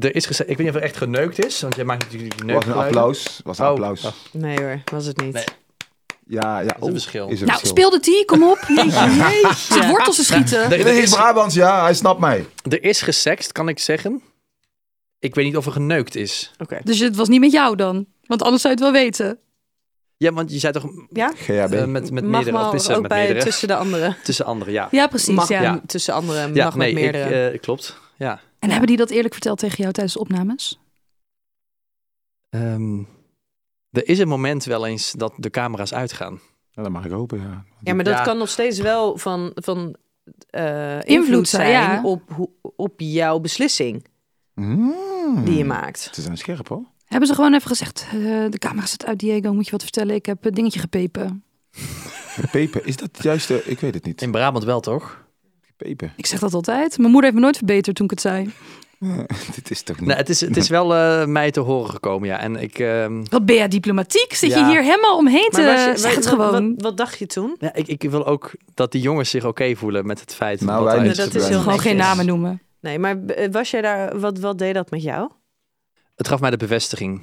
S2: er is gezegd... Ik weet niet of er echt geneukt is, want jij maakt natuurlijk die
S6: Was een
S2: neukgeluiden.
S6: applaus. Was een
S2: Oh,
S6: applaus.
S2: oh.
S4: Nee hoor, was het niet.
S2: Nee.
S6: Ja, ja.
S2: een verschil.
S6: Is een
S5: Nou,
S6: verschil.
S5: speelde die, kom op. Zit wortels te schieten.
S2: Er,
S6: Dit
S2: er
S6: is
S2: is,
S6: Brabants, ja, hij snapt mij.
S2: er is gesext, kan ik zeggen. Ik weet niet of er geneukt is.
S4: Oké.
S5: Dus het was niet met jou dan? Want anders zou je het wel weten.
S2: Ja, want je zei toch eh,
S4: Ja?
S6: GHB.
S2: met, met
S4: mag
S2: meerdere...
S4: wel
S2: Of tussen,
S4: ook
S2: met
S4: bij
S2: meerdere. Tussen,
S4: tussen de anderen.
S2: anderen, ja.
S5: Ja, precies.
S4: Mag
S5: ja.
S4: ja. tussen anderen,
S2: Ja,
S4: mag
S2: nee,
S4: met
S2: ik,
S4: meerdere.
S2: eh, klopt. Ja.
S5: En hebben die dat eerlijk verteld tegen jou tijdens de opnames?
S2: Ehm, er is een moment wel eens dat de camera's uitgaan.
S6: Ja, dat mag ik hopen, ja.
S4: ja, maar dat
S2: ja.
S4: kan nog steeds wel van, van eh, invloed,
S5: Invloed zijn,
S4: zijn
S5: ja.
S4: op, hoe- op jouw beslissing
S6: Mm.
S4: die je
S2: Hmm.
S4: maakt.
S6: Ze zijn scherp, hoor.
S5: Hebben ze gewoon even gezegd, eh, de camera zit uit, Diego, moet je wat vertellen? Ik heb een dingetje gepepen.
S6: Peper, is dat het juiste? Ik weet het niet.
S2: In Brabant wel, toch?
S6: Peper.
S5: Ik zeg dat altijd. Mijn moeder heeft me nooit verbeterd toen ik het zei.
S6: Dit is toch niet...
S2: Nou, het is, het is wel eh, mij te horen gekomen, ja. En ik, ehm,
S5: Wat ben jij diplomatiek? Zit je
S2: Ja.
S5: hier helemaal omheen te...
S4: Maar was je-
S5: eh, zeg het
S4: wat- wat-
S5: gewoon.
S4: Wat, wat dacht je toen?
S2: ja, ik, ik wil ook dat die jongens zich oké voelen met het feit
S6: Nou,
S2: dat
S6: wij
S2: er
S6: niet.
S2: iets
S4: Dat is
S2: gebeurt.
S4: heel
S5: gewoon geen
S4: netjes.
S5: namen noemen.
S4: Nee, maar eh, was jij daar, wat, wat deed dat met jou? Oké.
S2: Het gaf mij de bevestiging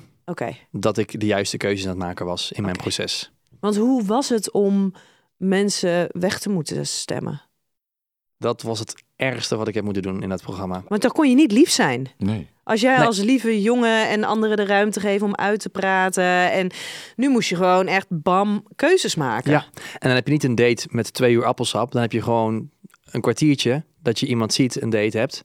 S2: dat ik de juiste keuzes aan het maken was in mijn proces.
S4: Want hoe was het om mensen weg te moeten stemmen?
S2: Dat was het ergste wat ik heb moeten doen in dat programma.
S4: Want dan kon je niet lief zijn.
S6: Nee.
S4: Als jij
S2: Nee.
S4: als lieve jongen en anderen de ruimte geven om uit te praten. En nu moest je gewoon echt bam keuzes maken.
S2: Ja. En dan heb je niet een date met twee uur appelsap. Dan heb je gewoon een kwartiertje dat je iemand ziet, een date hebt.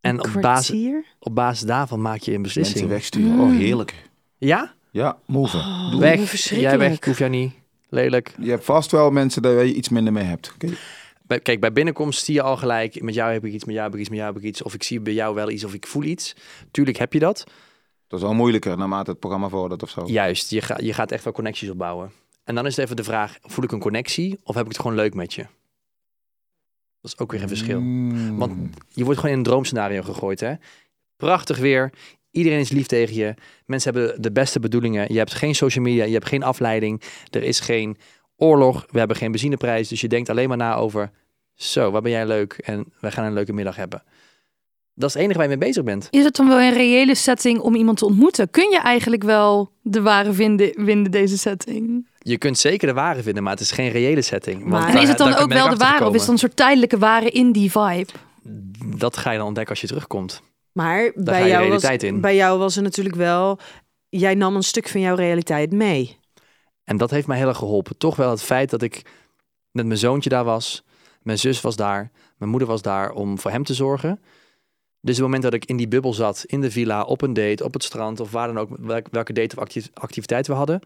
S2: En op basis,
S4: Kwartier?
S2: op basis daarvan maak je een
S6: Mensen
S2: beslissing.
S6: wegsturen.
S5: Mm.
S6: Oh, heerlijk.
S2: Ja?
S6: Ja, move.
S4: Oh,
S6: Doe-
S4: Weg.
S2: Weg. Jij
S4: verschrikkelijk.
S2: weg. Ik hoef jou niet. Lelijk.
S6: Je hebt vast wel mensen daar waar je iets minder mee hebt. Oké.
S2: Bij- Kijk, bij binnenkomst zie je al gelijk. Met jou heb ik iets, met jou heb ik iets, met jou heb ik iets. Of ik zie bij jou wel iets, of ik voel iets. Tuurlijk heb je dat.
S6: Dat is wel moeilijker naarmate het programma vordert of zo.
S2: Juist, je, ga, je gaat echt wel connecties opbouwen. En dan is het even de vraag, voel ik een connectie of heb ik het gewoon leuk met je? Dat is ook weer een verschil.
S6: Mm.
S2: Want je wordt gewoon in een droomscenario gegooid, hè? Prachtig weer. Iedereen is lief tegen je. Mensen hebben de beste bedoelingen. Je hebt geen social media, je hebt geen afleiding. Er is geen oorlog. We hebben geen benzineprijs. Dus je denkt alleen maar na over... Zo, waar ben jij leuk? En wij gaan een leuke middag hebben. Dat is het enige waar je mee bezig bent.
S5: Is het dan wel een reële setting om iemand te ontmoeten? Kun je eigenlijk wel de ware vinden, winden deze setting?
S2: Je kunt zeker de ware vinden, maar het is geen reële setting. Want
S4: Maar-
S5: En
S2: daar-
S5: is het
S2: Nou daar
S5: dan
S2: kun
S5: ook
S2: je mee
S5: wel de ware? Of is het
S2: achterkomen.
S5: dan een soort tijdelijke ware in die vibe?
S2: Dat ga je dan ontdekken als je terugkomt.
S4: Maar
S2: ga
S4: bij
S2: je
S4: jou, was,
S2: realiteit in.
S4: bij jou was er natuurlijk wel... Jij nam een stuk van jouw realiteit mee.
S2: En dat heeft mij heel erg geholpen. Toch wel het feit dat ik met mijn zoontje daar was. Mijn zus was daar. Mijn moeder was daar om voor hem te zorgen. Dus het moment dat ik in die bubbel zat, in de villa, op een date, op het strand... of waar dan ook, welk- welke date of acti- activiteit we hadden...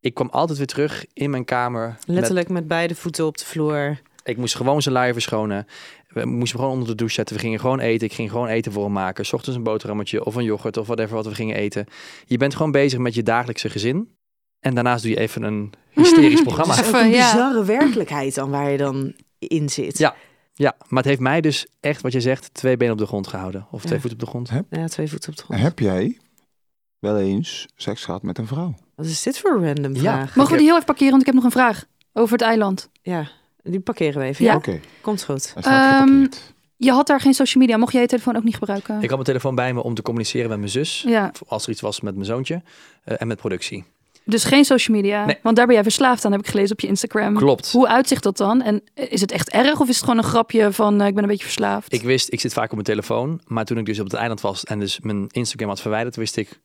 S2: ik kwam altijd weer terug in mijn kamer. met-
S4: Letterlijk met beide voeten op de vloer.
S2: ik moest gewoon zijn luier verschonen. We moesten hem gewoon onder de douche zetten. We gingen gewoon eten. Ik ging gewoon eten voor hem maken. S ochtends een boterhammetje of een yoghurt of whatever wat we gingen eten. Je bent gewoon bezig met je dagelijkse gezin. En daarnaast doe je even een hysterisch programma.
S5: Maar-
S4: Het is ook een
S5: Even, ja.
S4: bizarre werkelijkheid dan waar je dan in zit.
S2: Ja. Ja, maar het heeft mij dus echt, wat je zegt, twee benen op de grond gehouden. Of twee
S4: Ja.
S2: voeten op de grond.
S4: Ja, twee voeten op de grond.
S6: Heb jij wel eens seks gehad met een vrouw?
S4: Wat is dit voor een random
S2: Ja.
S4: vraag?
S5: Mogen we die heel even parkeren? Want ik heb nog een vraag over het eiland.
S4: Ja, die parkeren we even. Ja,
S5: Ja.
S6: Oké,
S4: komt goed.
S6: hij staat
S5: Ehm,
S6: geparkeerd.
S5: Je had daar geen social media. Mocht jij je telefoon ook niet gebruiken?
S2: Ik had mijn telefoon bij me om te communiceren met mijn zus.
S5: Ja,
S2: Of Als er iets was met mijn zoontje. eh, en met productie.
S5: dus geen social media.
S2: Nee.
S5: Want daar ben jij verslaafd aan, heb ik gelezen op je Instagram.
S2: Klopt.
S5: Hoe uitzicht dat dan? En eh, is het echt erg of is het gewoon een grapje van eh, ik ben een beetje verslaafd?
S2: Ik wist, ik zit vaak op mijn telefoon. Maar toen ik dus op het eiland was en dus mijn Instagram had verwijderd, wist ik.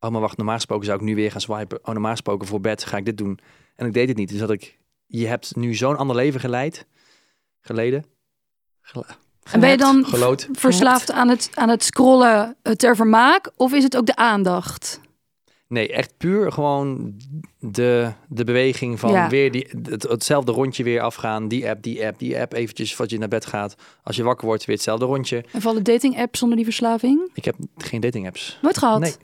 S2: Oh, maar wacht, normaal gesproken zou ik nu weer gaan swipen. Oh, normaal gesproken voor bed ga ik dit doen. En ik deed het niet. Dus dat ik, je hebt nu zo'n ander leven geleid. Geleden. Gela-
S5: en ben je dan
S2: Gelood.
S5: verslaafd aan het, aan het scrollen eh, ter vermaak? Of is het ook de aandacht?
S2: Nee, echt puur gewoon de, de beweging van
S5: Ja.
S2: weer die, het, hetzelfde rondje weer afgaan. Die app, die app, die app. Eventjes voordat je naar bed gaat. Als je wakker wordt, weer hetzelfde rondje.
S5: En vallen dating apps zonder die verslaving?
S2: Ik heb geen dating apps.
S5: Nooit gehad.
S2: Nee.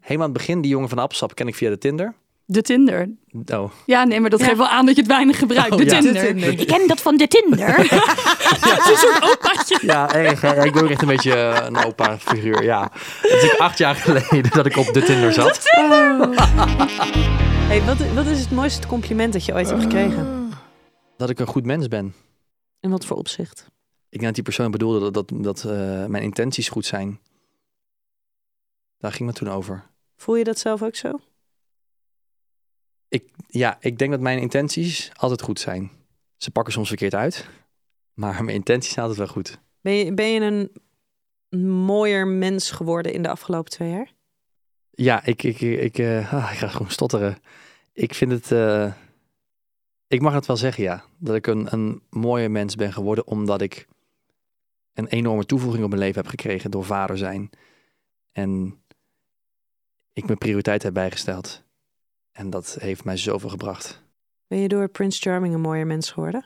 S2: Helemaal aan het begin, die jongen van Appsap ken ik via de Tinder.
S5: De Tinder.
S2: Oh,
S5: Ja, nee, maar dat geeft wel aan dat je het weinig gebruikt. de,
S2: ja.
S5: Tinder.
S4: De Tinder.
S5: Ik ken dat van de Tinder. Het is een soort opaatje.
S2: Ja, erg, hè? ik ben ook echt een beetje eh, een opa figuur. Ja. Het is natuurlijk acht jaar geleden dat ik op de Tinder zat.
S5: Oh.
S4: Hey, wat, wat is het mooiste compliment dat je ooit hebt
S5: Eh.
S4: gekregen?
S2: Dat ik een goed mens ben.
S4: In wat voor opzicht?
S2: Ik denk dat die persoon bedoelde dat, dat, dat eh, mijn intenties goed zijn. Daar ging het toen over.
S4: Voel je dat zelf ook zo?
S2: Ja, ik denk dat mijn intenties altijd goed zijn. Ze pakken soms verkeerd uit. Maar mijn intenties zijn altijd wel goed.
S4: Ben je, ben je een mooier mens geworden in de afgelopen twee jaar?
S2: Ja, ik, ik, ik, eh, ah, ik ga gewoon stotteren. Ik vind het. eh, ik mag het wel zeggen, ja. Dat ik een, een mooie mens ben geworden. Omdat ik een enorme toevoeging op mijn leven heb gekregen door vader zijn. En ik mijn prioriteit heb bijgesteld. En dat heeft mij zoveel gebracht.
S4: Ben je door Prince Charming een mooier mens geworden?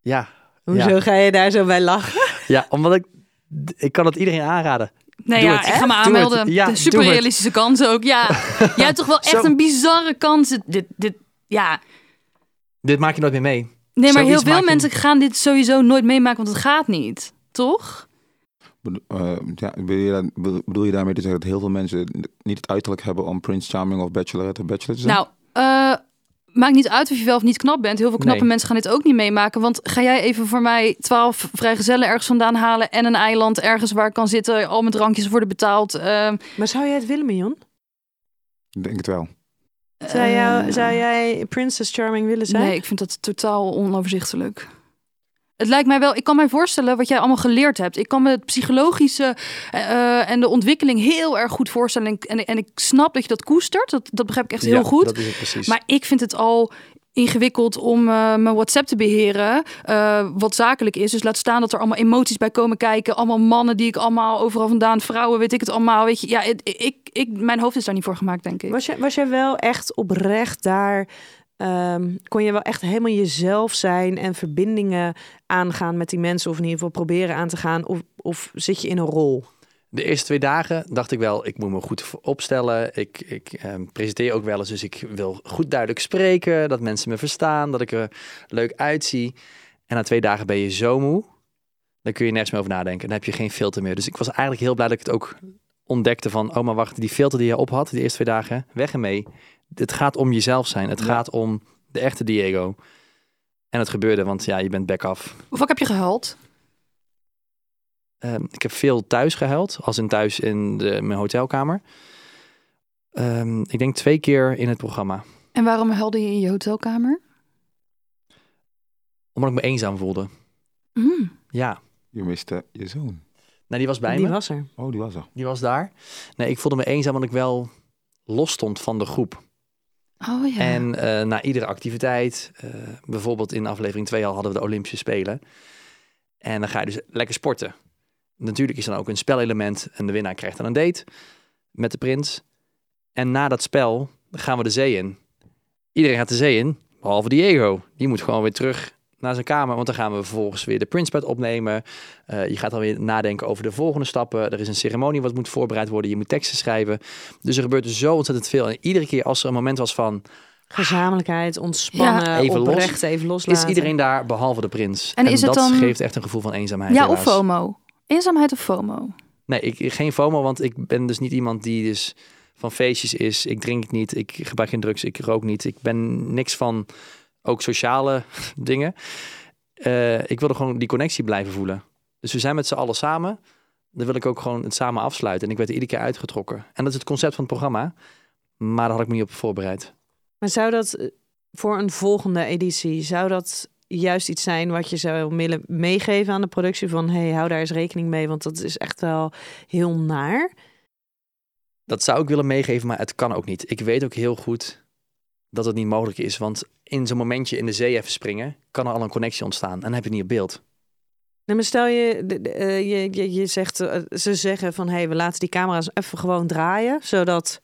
S2: Ja,
S4: Hoezo ga je daar zo bij lachen?
S2: ja omdat ik. Ik kan het iedereen aanraden.
S5: Nee,
S2: Doe
S5: ja,
S2: het.
S5: ik ga me
S2: Doe het.
S5: aanmelden.
S2: Ja,
S5: De
S2: doe
S5: super
S2: het.
S5: realistische kans ook. Ja, jij hebt toch wel echt
S2: Zo.
S5: een bizarre kans. Dit, dit, ja.
S2: Dit maak je nooit meer mee.
S5: Nee, maar
S2: Zoiets
S5: heel veel
S2: maak je
S5: mensen gaan dit sowieso nooit meemaken, want het gaat niet. Toch?
S6: Bedo- eh, ja, bedoel, je dan- bedoel- bedoel je daarmee te zeggen dat heel veel mensen niet het uiterlijk hebben om Prince Charming of Bachelorette of Bachelor te zijn?
S5: Nou, eh, maakt niet uit of je wel of niet knap bent. Heel veel knappe
S2: Nee.
S5: mensen gaan dit ook niet meemaken. Want ga jij even voor mij twaalf vrijgezellen ergens vandaan halen... en een eiland ergens waar ik kan zitten, al mijn drankjes worden betaald. eh,
S4: Maar zou jij het willen, Mion?
S6: Ik denk het wel.
S4: Zou, jou-
S5: eh,
S4: zou jij Princess Charming willen zijn?
S5: Nee, ik vind dat totaal onoverzichtelijk. Het lijkt mij wel, ik kan mij voorstellen wat jij allemaal geleerd hebt. Ik kan me het psychologische eh, eh, en de ontwikkeling heel erg goed voorstellen. En, en, en ik snap dat je dat koestert, dat, dat begrijp ik echt heel
S2: Ja,
S5: goed.
S2: Dat is het precies.
S5: Maar ik vind het al ingewikkeld om eh, mijn WhatsApp te beheren, eh, wat zakelijk is. Dus laat staan dat er allemaal emoties bij komen kijken. Allemaal mannen die ik allemaal overal vandaan, vrouwen, weet ik het allemaal. Weet je, ja, het- ik, ik, mijn hoofd is daar niet voor gemaakt, denk ik.
S4: Was jij, was jij wel echt oprecht daar? ehm, kon je wel echt helemaal jezelf zijn en verbindingen aangaan met die mensen? Of in ieder geval proberen aan te gaan? Of, of zit je in een rol?
S2: De eerste twee dagen dacht ik wel, ik moet me goed opstellen. Ik, ik eh, presenteer ook wel eens, dus ik wil goed duidelijk spreken. Dat mensen me verstaan, dat ik er leuk uitzie. En na twee dagen ben je zo moe, dan kun je nergens meer over nadenken. Dan heb je geen filter meer. Dus ik was eigenlijk heel blij dat ik het ook ontdekte van... oh, maar wacht, die filter die je op had, die eerste twee dagen, weg ermee. Het gaat om jezelf zijn. Het gaat om de echte Diego. En het gebeurde, want ja, je bent back af.
S5: Hoe vaak heb je gehuild?
S2: Ehm, ik heb veel thuis gehuild, als in thuis in de, mijn hotelkamer. Ehm, ik denk twee keer in het programma,
S5: En waarom huilde je in je hotelkamer?
S2: omdat ik me eenzaam voelde.
S5: Mm.
S2: Ja,
S6: Je miste je zoon.
S2: nou, die was bij
S4: Die
S2: me,
S4: was er.
S6: Oh, die was er.
S2: die was daar. Nee, ik voelde me eenzaam omdat ik wel los stond van de groep.
S5: Oh ja.
S2: En eh, na iedere activiteit, eh, bijvoorbeeld in aflevering 2 al hadden we de Olympische Spelen. En dan ga je dus lekker sporten. Natuurlijk is dan ook een spelelement en de winnaar krijgt dan een date met de prins. En na dat spel gaan we de zee in. Iedereen gaat de zee in, behalve Diego. Die moet gewoon weer terug naar zijn kamer, want dan gaan we vervolgens weer de prinspad opnemen. Eh, je gaat dan weer nadenken over de volgende stappen. Er is een ceremonie wat moet voorbereid worden. Je moet teksten schrijven. Dus er gebeurt zo ontzettend veel. En iedere keer als er een moment was van...
S4: Gezamenlijkheid, ontspannen,
S5: Ja.
S2: Even los.
S4: oprecht, even
S2: is
S4: loslaten.
S2: iedereen daar behalve de prins.
S5: En is het
S2: dat
S5: dan-
S2: geeft echt een gevoel van eenzaamheid.
S5: ja, of
S2: helaas.
S5: FOMO. Eenzaamheid of FOMO.
S2: Nee, ik, geen FOMO, want ik ben dus niet iemand die dus van feestjes is. Ik drink niet, ik gebruik geen drugs, ik rook niet. Ik ben niks van ook sociale dingen. Eh, ik wilde gewoon die connectie blijven voelen. Dus we zijn met z'n allen samen. Dan wil ik ook gewoon het samen afsluiten. En ik werd er iedere keer uitgetrokken. En dat is het concept van het programma. Maar daar had ik me niet op voorbereid.
S4: Maar zou dat eh, voor een volgende editie, zou dat juist iets zijn wat je zou willen meegeven aan de productie van hey, hou daar eens rekening mee, want dat is echt wel heel naar.
S2: Dat zou ik willen meegeven, maar het kan ook niet. Ik weet ook heel goed dat het niet mogelijk is. Want in zo'n momentje in de zee even springen, kan er al een connectie ontstaan. En dan heb je het niet op beeld.
S4: Nou, maar stel je, de- de, eh, je, je, je zegt, eh, ze zeggen van hey, we laten die camera's even gewoon draaien, zodat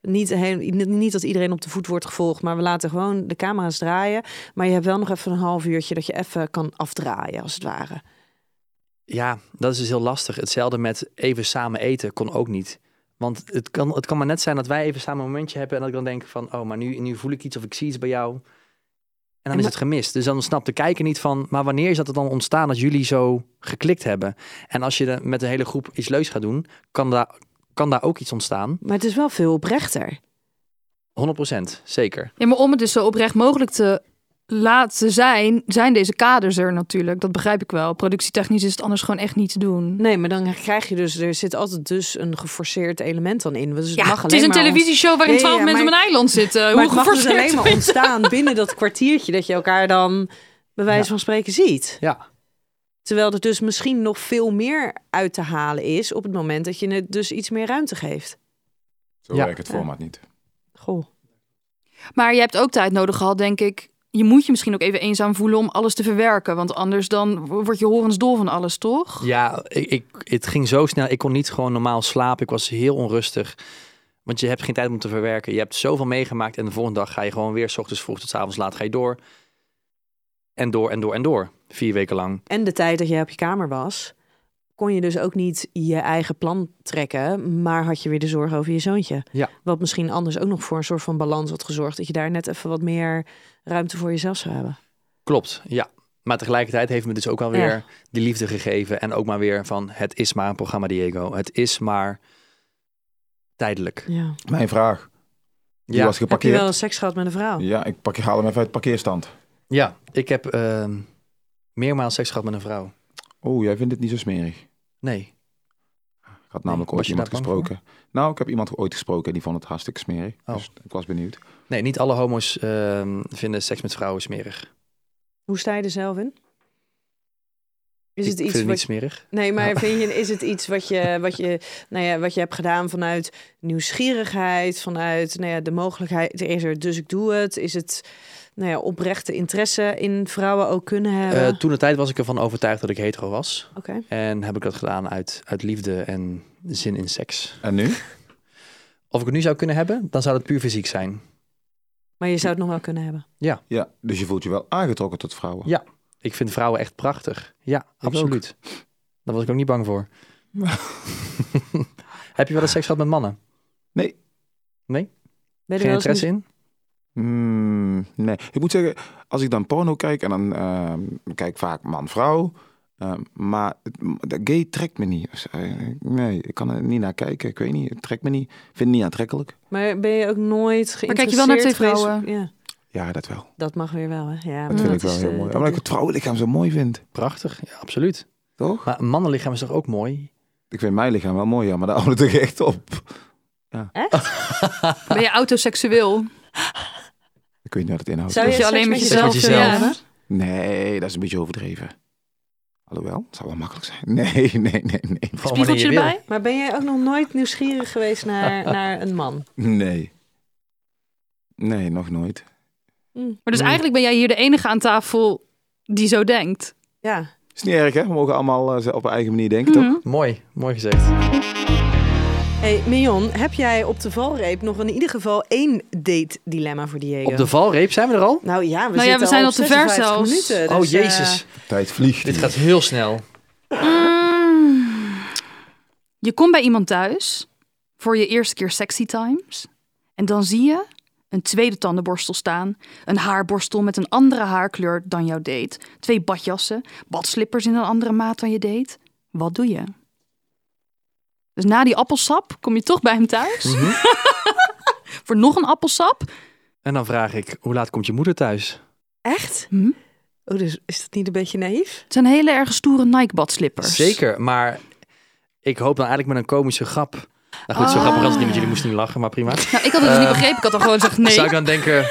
S4: niet, heel- niet- niet dat iedereen op de voet wordt gevolgd, maar we laten gewoon de camera's draaien. Maar je hebt wel nog even een half uurtje dat je even kan afdraaien, als het ware.
S2: Ja, dat is dus heel lastig. Hetzelfde met even samen eten kon ook niet. Want het kan, het kan maar net zijn dat wij even samen een momentje hebben. En dat ik dan denk van, oh, maar nu, nu voel ik iets of ik zie iets bij jou. En dan is het gemist. Dus dan snapt de kijker niet van, maar wanneer is dat er dan ontstaan dat jullie zo geklikt hebben? En als je er met een hele groep iets leuks gaat doen, kan daar, kan daar ook iets ontstaan.
S4: Maar het is wel veel oprechter.
S2: 100% zeker.
S5: Ja, maar om het dus zo oprecht mogelijk te laten zijn, zijn deze kaders er natuurlijk. Dat begrijp ik wel. Productietechnisch is het anders gewoon echt niet te doen.
S4: Nee, maar dan krijg je dus, er zit altijd dus een geforceerd element dan in. Dus het,
S5: Ja,
S4: mag
S5: het is
S4: alleen
S5: een
S4: maar ont-
S5: televisieshow waarin
S4: Ja, ja,
S5: twaalf
S4: ja,
S5: mensen
S4: maar-
S5: op een eiland zitten.
S4: Maar
S5: Hoe
S4: het mag dus
S5: geforceerd
S4: alleen maar ontstaan binnen dat kwartiertje dat je elkaar dan bij wijze
S2: Ja.
S4: van spreken ziet.
S2: Ja.
S4: Terwijl er dus misschien nog veel meer uit te halen is op het moment dat je het dus iets meer ruimte geeft.
S6: Zo
S2: Ja.
S6: werkt het format niet.
S4: Goh.
S5: Maar je hebt ook tijd nodig gehad, denk ik. Je moet je misschien ook even eenzaam voelen om alles te verwerken. Want anders dan word je horensdol van alles, toch?
S2: Ja, ik, ik, het ging zo snel. Ik kon niet gewoon normaal slapen. Ik was heel onrustig. Want je hebt geen tijd om te verwerken. Je hebt zoveel meegemaakt. En de volgende dag ga je gewoon weer, s ochtends vroeg tot 's avonds laat, ga je door. En door en door en door. Vier weken lang.
S4: En de tijd dat je op je kamer was, kon je dus ook niet je eigen plan trekken, maar had je weer de zorg over je zoontje.
S2: Ja.
S4: Wat misschien anders ook nog voor een soort van balans had gezorgd, dat je daar net even wat meer ruimte voor jezelf zou hebben.
S2: Klopt, ja. Maar tegelijkertijd heeft me dus ook wel
S4: Ja.
S2: weer die liefde gegeven. En ook maar weer van, het is maar een programma, Diego. Het is maar tijdelijk.
S4: Ja.
S6: Mijn vraag. Die
S2: Ja.
S4: Heb
S6: was
S4: je
S6: geparkeerd.
S4: wel eens seks gehad met een vrouw?
S6: Ja, ik pak, haal hem even uit de parkeerstand.
S2: Ja, ik heb ehm meermaals seks gehad met een vrouw.
S6: Oh, jij vindt het niet zo smerig.
S2: Nee,
S6: Ik had namelijk
S2: Nee,
S6: ooit
S2: was je
S6: iemand
S2: daar bang voor?
S6: gesproken. Nou, ik heb iemand ooit gesproken en die vond het hartstikke smerig.
S2: Oh.
S6: Dus ik was benieuwd.
S2: Nee, niet alle homo's ehm, vinden seks met vrouwen smerig.
S4: Hoe sta je er zelf in? Is
S2: Ik
S4: het
S2: vind
S4: iets
S2: het niet
S4: wat
S2: smerig.
S4: Nee, maar
S2: Ja.
S4: vind je, is het iets wat je, wat, je, nou ja, wat je hebt gedaan vanuit nieuwsgierigheid, vanuit nou ja, de mogelijkheid er is er, dus ik doe het? Is het nou ja, oprechte interesse in vrouwen ook kunnen hebben?
S2: Eh, toen de tijd was ik ervan overtuigd dat ik hetero was.
S4: Oké.
S2: En heb ik dat gedaan uit, uit liefde en zin in seks.
S6: En nu?
S2: Of ik het nu zou kunnen hebben, dan zou het puur fysiek zijn.
S4: Maar je zou het nog wel kunnen hebben.
S6: Ja, dus je voelt je wel aangetrokken tot vrouwen.
S2: Ja. Ik vind vrouwen echt prachtig. Ja,
S6: ook.
S2: absoluut. Daar was ik ook niet bang voor. Heb je wel eens seks gehad met mannen?
S6: Nee.
S2: Nee? Geen
S4: Ben je er wel eens
S2: interesse in?
S6: Hmm, nee, ik moet zeggen, als ik dan porno kijk en dan ehm, kijk ik vaak man-vrouw, ehm, maar het- de gay trekt me niet. Dus, eh, Nee, ik kan er niet naar kijken. Ik weet niet, het trekt me niet. Ik vind het niet aantrekkelijk.
S4: Maar ben je ook nooit geïnteresseerd
S5: Maar kijk je wel naar twee
S4: geweest-
S5: vrouwen?
S4: Ja,
S6: Ja, dat wel.
S4: dat mag weer wel, hè? Ja,
S6: Dat
S4: maar
S6: vind ik
S4: dat
S6: wel
S4: is,
S6: heel
S4: eh,
S6: mooi.
S4: dat
S6: Omdat ik
S4: ligt-
S6: het vrouwenlichaam zo mooi vind,
S2: Prachtig, ja, absoluut.
S6: toch?
S2: Maar een mannenlichaam is toch ook mooi?
S6: Ik vind mijn lichaam wel mooi, ja, maar daar houdt het toch echt op.
S5: Ben je autoseksueel?
S6: Ik weet niet wat het inhoudt.
S4: Zou
S5: Dat je
S4: seks
S5: alleen
S4: met
S5: met
S4: jezelf
S5: jezelf,
S2: wil
S5: ja.
S4: hebben?
S6: Nee, dat is een beetje overdreven. Alhoewel, het zou wel makkelijk zijn. Nee, nee, nee, nee.
S2: Van wanneer
S5: Spiegeltje
S2: je wil.
S5: erbij?
S4: Maar ben jij ook nog nooit nieuwsgierig geweest naar, naar een man?
S6: Nee. Nee, nog nooit.
S5: Maar dus eigenlijk ben jij hier de enige aan tafel die zo denkt.
S4: Ja.
S6: Is niet erg, hè? We mogen allemaal eh, op een eigen manier denken, toch?
S5: Mhm.
S2: Mooi, mooi gezegd.
S4: Hey, Mion, heb jij op de valreep nog in ieder geval één date-dilemma voor Diego?
S2: Op de valreep zijn we er al?
S4: Nou ja, we,
S5: Nou ja,
S4: zitten
S5: we zijn
S4: al
S5: al te ver
S4: 56
S5: zelfs.
S4: minuten,
S2: oh
S4: dus, eh,
S2: jezus,
S6: Tijd vliegt.
S2: dit
S6: hier.
S2: gaat heel snel.
S5: Mm. Je komt bij iemand thuis voor je eerste keer sexy times. En dan zie je een tweede tandenborstel staan. Een haarborstel met een andere haarkleur dan jouw date. Twee badjassen, badslippers in een andere maat dan je date. Wat doe je? Dus na die appelsap kom je toch bij hem thuis.
S2: Mhm.
S5: voor nog een appelsap.
S2: En dan vraag ik, hoe laat komt je moeder thuis?
S4: echt?
S5: Hm?
S4: Oh, dus is dat niet een beetje naïef?
S5: Het zijn hele erg stoere Nike-badslippers.
S2: Zeker, maar ik hoop dan eigenlijk met een komische grap. Nou goed, zo
S5: Ah.
S2: grappig als het niet, want jullie moesten niet lachen, maar prima.
S5: Nou, ik had het dus niet
S2: Ehm,
S5: begrepen. Ik had al gewoon gezegd nee.
S2: Zou ik dan denken,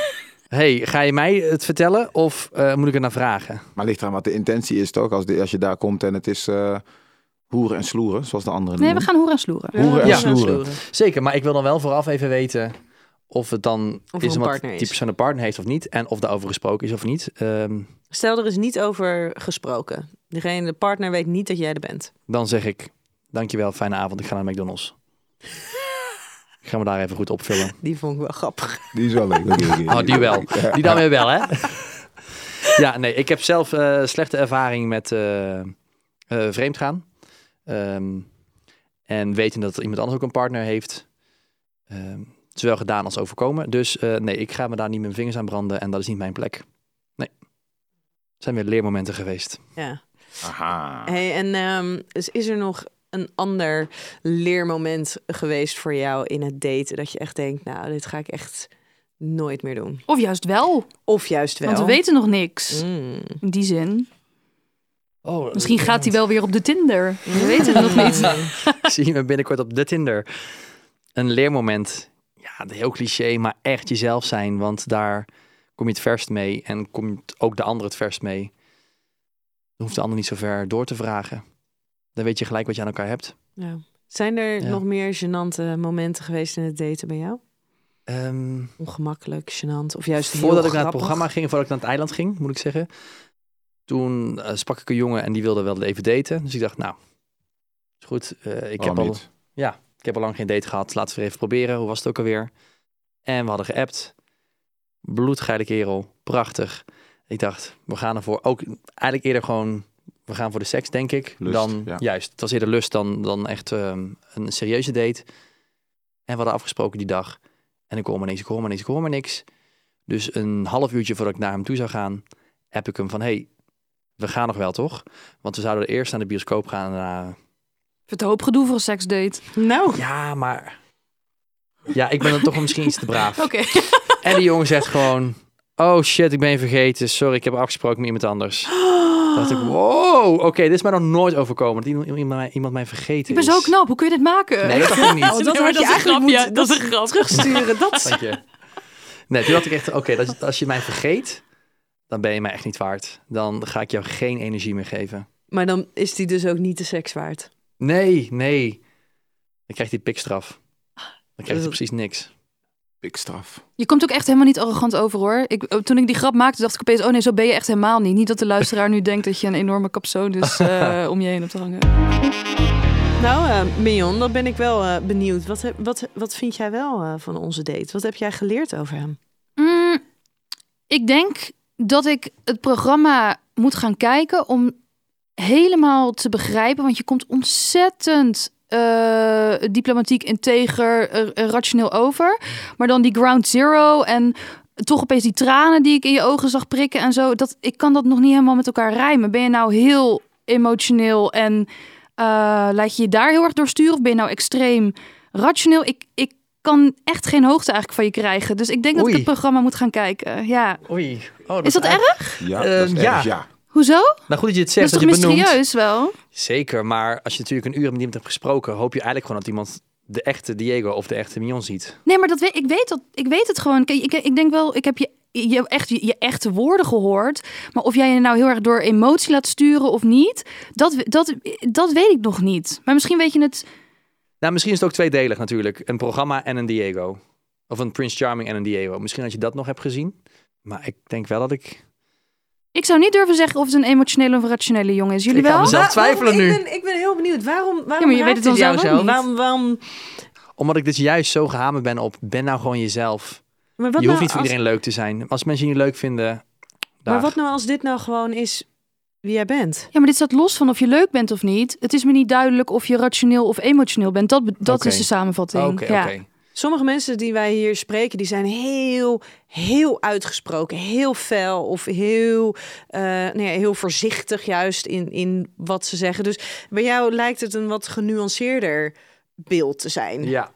S2: hey, ga je mij het vertellen of eh, moet ik er naar vragen?
S6: Maar ligt eraan wat de intentie is, toch? Als, de- als je daar komt en het is eh hoeren en sloeren, zoals de anderen
S5: Nee, we
S6: noemen.
S5: gaan hoeren en sloeren.
S6: Hoeren en
S4: Ja.
S6: snoeren.
S2: Zeker, maar ik wil dan wel vooraf even weten of het dan
S4: Of er
S2: is
S4: een
S2: wat
S4: partner is.
S2: die persoon een partner heeft of niet. En of daarover gesproken is of niet. Ehm,
S4: Stel, er is niet over gesproken. Degene, de partner weet niet dat jij er bent.
S2: dan zeg ik, dankjewel, fijne avond, ik ga naar McDonald's. Ik ga me daar even goed opvullen.
S4: Die vond ik wel grappig.
S6: Die is wel leuk.
S2: Oh, die wel. Die dan weer wel, hè? Ja, nee, ik heb zelf eh, slechte ervaring met eh eh, vreemdgaan. Ehm, en weten dat iemand anders ook een partner heeft. Ehm het is wel gedaan als overkomen. Dus eh, nee, ik ga me daar niet mijn vingers aan branden en dat is niet mijn plek. Nee. Het zijn weer leermomenten geweest.
S4: Ja.
S6: Aha.
S4: Hey, en ehm, dus is er nog een ander leermoment geweest voor jou in het daten? Dat je echt denkt, nou, dit ga ik echt nooit meer doen.
S5: Of juist wel.
S4: Of juist wel.
S5: Want we weten nog niks.
S4: Mm.
S5: In die zin.
S2: Oh,
S5: Misschien gaat hij wel weer op de Tinder. We weten het nog niet.
S2: Zie je me binnenkort op de Tinder. Een leermoment. Ja, heel cliché, maar echt jezelf zijn. Want daar kom je het verst mee en komt ook de ander het verst mee. Dan hoeft de ander niet zo ver door te vragen. Dan weet je gelijk wat je aan elkaar hebt.
S4: Ja. Zijn er
S2: Ja.
S4: nog meer gênante momenten geweest in het daten bij jou?
S2: Ehm,
S4: Ongemakkelijk, gênant of juist heel
S2: voordat ik naar het
S4: grappig?
S2: programma ging, voordat ik naar het eiland ging, moet ik zeggen. Toen eh, sprak ik een jongen en die wilde wel even daten. Dus ik dacht, nou, is goed.
S6: Oh,
S2: eh, ik heb al Ik heb al lang geen date gehad. Laten we het even proberen. Hoe was het ook alweer? En we hadden geappt. Bloedgeile kerel. Prachtig. Ik dacht, we gaan ervoor. Ook eigenlijk eerder gewoon, we gaan voor de seks, denk ik.
S6: Lust,
S2: dan,
S6: ja.
S2: Juist, het was eerder lust dan, dan echt ehm, een serieuze date. En we hadden afgesproken die dag. En ik hoor maar niks, ik hoor maar niks, ik hoor maar niks. Dus een half uurtje voordat ik naar hem toe zou gaan, heb ik hem van... hey, we gaan nog wel, toch? Want we zouden eerst naar de bioscoop gaan en daarna
S5: Het hoop gedoe voor een seksdate.
S4: Nou,
S2: ja, maar. Ja, ik ben dan toch wel misschien iets te braaf.
S5: Oké.
S2: En die jongen zegt gewoon: Oh shit, ik ben je vergeten. Sorry, ik heb afgesproken met iemand anders. Toen dacht ik: Wow, oké, dit is mij nog nooit overkomen. Dat iemand, iemand, mij- iemand mij vergeten
S5: Ik ben zo
S2: is.
S5: knap. Hoe kun je dit maken?
S2: Nee, dat dacht ik niet.
S4: Oh, dat
S5: Ja,
S4: had
S5: maar
S4: je eigenlijk moeten-
S5: Dat is een grap.
S4: terugsturen, dat
S2: Dank je. Nee, toen dacht ik echt: Oké, dat- als je mij vergeet, dan ben je mij echt niet waard. Dan ga ik jou geen energie meer geven.
S4: Maar dan is die dus ook niet de seks waard.
S2: Nee, nee. Dan krijgt hij pikstraf. Dan krijgt hij
S4: Dat-
S2: precies niks.
S6: Ik straf.
S5: Je komt ook echt helemaal niet arrogant over hoor. Ik, eh, toen ik die grap maakte, dacht ik opeens: oh nee, zo ben je echt helemaal niet. Niet dat de luisteraar nu denkt dat je een enorme kapsoon is eh, om je heen op te hangen.
S4: Nou, eh, Mion, dan ben ik wel eh, benieuwd. Wat, heb- wat, wat vind jij wel eh, van onze date? Wat heb jij geleerd over hem?
S5: Mm, ik denk dat ik het programma moet gaan kijken om helemaal te begrijpen. Want je komt ontzettend eh, diplomatiek, integer, eh, eh, rationeel over. Maar dan die ground zero en toch opeens die tranen die ik in je ogen zag prikken en zo. Dat, ik kan dat nog niet helemaal met elkaar rijmen. Ben je nou heel emotioneel en eh, laat je je daar heel erg door sturen? Of ben je nou extreem rationeel? Ik, ik kan echt geen hoogte eigenlijk van je krijgen. Dus ik denk dat ik
S2: Oei.
S5: het programma moet gaan kijken. Ja.
S2: Oei. Oh,
S5: Is dat
S2: eigenlijk-
S5: erg?
S6: Ja,
S2: Eh,
S6: dat is
S2: ja.
S6: erg, ja.
S5: Hoezo?
S2: Nou goed dat je het
S5: Dat
S2: zegt,
S5: is
S2: dat,
S5: toch
S2: je het benoemt.
S5: mysterieus wel?
S2: Zeker, maar als je natuurlijk een uur met iemand hebt gesproken, hoop je eigenlijk gewoon dat iemand de echte Diego of de echte Mignon ziet.
S5: Nee, maar dat weet, ik, weet dat, ik weet het gewoon. Kijk, ik, ik denk wel, ik heb je, je, echt, je, je echte woorden gehoord. Maar of jij je nou heel erg door emotie laat sturen of niet, dat, we- dat, dat weet ik nog niet. Maar misschien weet je het.
S2: Nou, misschien is het ook tweedelig natuurlijk. Een programma en een Diego. Of een Prince Charming en een Diego. Misschien dat je dat nog hebt gezien. Maar ik denk wel dat ik...
S5: Ik zou niet durven zeggen of het een emotionele of rationele jongen is. Jullie
S2: Ik ga
S5: wel?
S2: mezelf-
S4: Waar- waarom-
S2: twijfelen nu.
S4: Ik ben, ik ben heel benieuwd. Waarom, waarom
S5: maar je weet
S4: raakt dit
S5: het dan
S4: jou
S5: zelf
S4: zo?
S5: ook niet.
S4: Waarom, waarom,
S2: Omdat ik dus juist zo gehamerd ben op, ben nou gewoon jezelf.
S4: maar wat
S2: je
S4: nou
S2: hoeft niet voor
S4: als-
S2: iedereen leuk te zijn. Als mensen je niet leuk vinden,
S4: Maar
S2: daar.
S4: wat nou als dit nou gewoon is wie jij bent?
S5: Ja, maar dit staat los van of je leuk bent of niet. Het is me niet duidelijk of je rationeel of emotioneel bent. Dat, be- dat
S2: Oké.
S5: is de samenvatting.
S2: Oké, oké.
S5: ja.
S4: Sommige mensen die wij hier spreken, die zijn heel, heel uitgesproken, heel fel of heel, eh, nou ja, heel voorzichtig juist in, in wat ze zeggen. Dus bij jou lijkt het een wat genuanceerder beeld te zijn.
S2: Ja.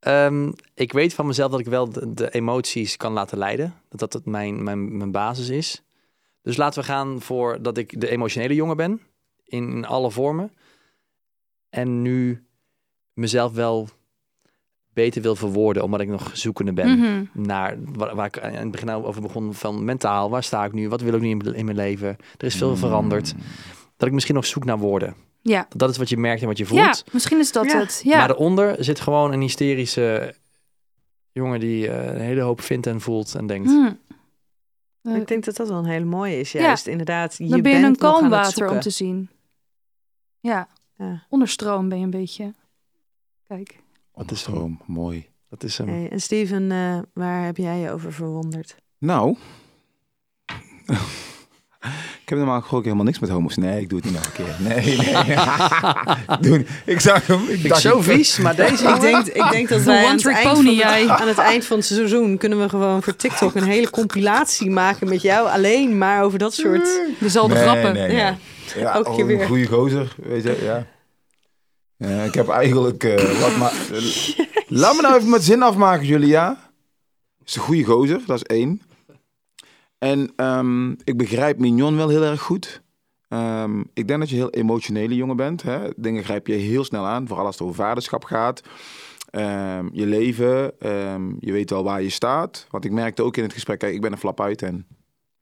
S2: Ehm, ik weet van mezelf dat ik wel de, de emoties kan laten leiden. Dat dat het mijn, mijn, mijn basis is. Dus laten we gaan voor dat ik de emotionele jongen ben. In alle vormen. En nu mezelf wel beter wil verwoorden, omdat ik nog zoekende ben.
S5: Mhm.
S2: Naar waar, waar ik aan het begin nou over begon van mentaal. Waar sta ik nu? Wat wil ik nu in, mijn- in mijn leven? Er is veel
S6: Mm. Mhm.
S2: veranderd. Dat ik misschien nog zoek naar woorden.
S5: Ja.
S2: Dat is wat je merkt en wat je voelt.
S5: ja, misschien is dat
S4: Ja.
S5: het. Ja.
S2: Maar daaronder zit gewoon een hysterische jongen die eh, een hele hoop vindt en voelt en
S4: Mm.
S2: denkt.
S5: Hmm. Eh,
S4: Ik denk dat dat wel een hele mooie is,
S5: Ja.
S4: juist inderdaad.
S5: Dan ben je
S4: bent
S5: een
S4: nog aan
S5: kalm
S4: het
S5: water om
S4: zoeken.
S5: te zien. Ja,
S4: Ja.
S5: onder stroom ben je een beetje. Kijk.
S2: Wat is hem?
S6: Onderstroom, mooi.
S2: Dat is hem.
S4: Hey, en Steven, eh, waar heb jij je over verwonderd?
S6: Nou. ik heb normaal gesproken helemaal niks met homo's. Nee, ik doe het niet nog een keer. Nee, nee. ik, doe het niet. ik zag hem. Ik,
S2: Ik
S6: dacht,
S2: zo
S6: ik-
S2: vies, maar deze.
S4: ik, denk, ik denk dat
S5: Een
S4: wij aan het,
S5: one-trick
S4: eind van
S5: pony,
S4: het,
S5: jij.
S4: aan het eind van het seizoen kunnen we gewoon voor TikTok een hele compilatie maken met jou alleen maar over dat soort.
S5: Dezelfde
S6: nee,
S5: grappen.
S6: Nee, nee.
S4: Ja.
S6: Ja,
S4: Elke
S6: oh,
S4: keer weer.
S6: een goede gozer, weet je, ja. Ja, ik heb eigenlijk... eh, wat maar, laat me nou even mijn zin afmaken, jullie, ja? Is een goede gozer, dat is één. En ehm, ik begrijp Mignon wel heel erg goed. Ehm, ik denk dat je een heel emotionele jongen bent. Hè? Dingen grijp je heel snel aan, vooral als het over vaderschap gaat. Ehm, je leven, ehm, je weet wel waar je staat. Want ik merkte ook in het gesprek, kijk, ik ben een flap uit en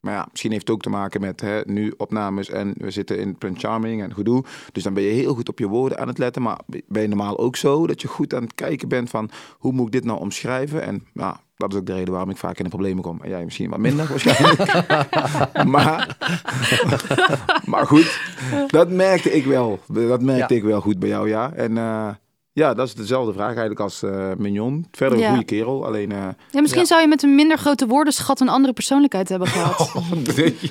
S6: maar ja, misschien heeft het ook te maken met hè, nu opnames en we zitten in Prince Charming en gedoe. Dus dan ben je heel goed op je woorden aan het letten. Maar ben je normaal ook zo dat je goed aan het kijken bent van hoe moet ik dit nou omschrijven? En ja, dat is ook de reden waarom ik vaak in de problemen kom. En jij misschien wat minder waarschijnlijk. maar, maar goed, dat merkte ik wel. Dat merkte ik wel goed bij jou, ja. En eh, ja, dat is dezelfde vraag eigenlijk als eh, Mignon. Verder een
S5: Ja.
S6: goede kerel, alleen... eh,
S5: Ja, misschien zou je met een minder grote woordenschat een andere persoonlijkheid hebben gehad.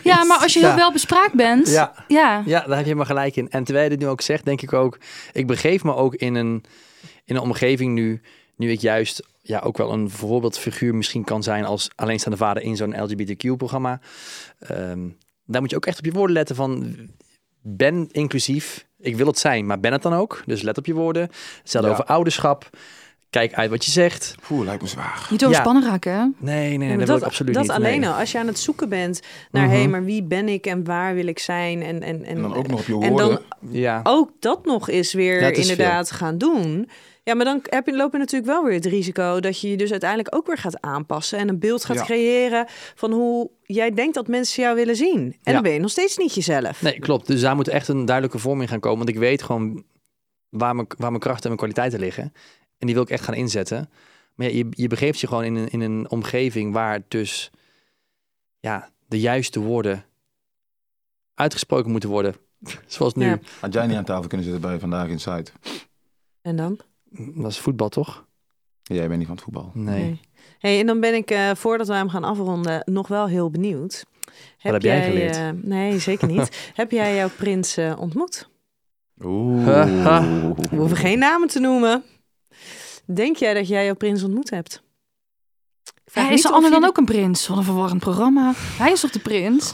S5: Ja, maar als je heel
S2: Ja.
S5: wel bespraakt bent. Ja.
S2: Ja. ja, daar heb je maar gelijk in. En terwijl je dit nu ook zegt, denk ik ook, ik begeef me ook in een, in een omgeving nu, nu ik juist ja, ook wel een voorbeeldfiguur misschien kan zijn als alleenstaande vader in zo'n LGBTQ-programma. Ehm, daar moet je ook echt op je woorden letten van, ben inclusief, ik wil het zijn, maar ben het dan ook? Dus let op je woorden. Stel
S6: Ja.
S2: over ouderschap, kijk uit wat je zegt.
S6: Oeh, lijkt me zwaar.
S5: Niet overspannen
S2: Ja.
S5: raken, hè?
S2: Nee, nee, nee,
S4: Ja,
S2: dat,
S4: maar
S2: wil ik absoluut
S4: dat
S2: niet.
S4: alleen
S2: nee. Mhm.
S4: al. Als je aan het zoeken bent naar, hé, maar wie ben ik en waar wil ik zijn? En, en, en,
S6: En dan ook nog op je
S4: en
S6: woorden.
S4: dan
S2: Ja.
S4: ook dat nog eens weer
S2: Dat is
S4: inderdaad gaan doen. Ja, maar dan heb je, loop je natuurlijk wel weer het risico dat je je dus uiteindelijk ook weer gaat aanpassen en een beeld gaat
S6: Ja.
S4: creëren van hoe jij denkt dat mensen jou willen zien. En
S2: Ja.
S4: dan ben je nog steeds niet jezelf.
S2: Nee, klopt. Dus daar moet echt een duidelijke vorm in gaan komen. Want ik weet gewoon waar mijn, waar mijn krachten en mijn kwaliteiten liggen. En die wil ik echt gaan inzetten. Maar ja, je, je begeeft je gewoon in een, in een omgeving waar dus ja, de juiste woorden uitgesproken moeten worden. Zoals nu.
S4: Ja.
S6: Had jij niet aan tafel kunnen zitten bij Vandaag Inside?
S4: En dan?
S2: Dat is voetbal, toch?
S6: Jij bent niet van het voetbal.
S2: Nee.
S4: Nee. Hey, en dan ben ik, eh, voordat we hem gaan afronden, nog wel heel benieuwd.
S2: heb jij geleerd?
S4: eh, nee, zeker niet. heb jij jouw prins eh, ontmoet?
S6: Oeh.
S4: We hoeven geen namen te noemen. Denk jij dat jij jouw prins ontmoet hebt? Ik vraag
S5: Hij
S4: niet
S5: is de
S4: of
S5: ander
S4: je
S5: dan
S4: de-
S5: ook een prins? Wat een verwarrend programma. Hij is toch de prins?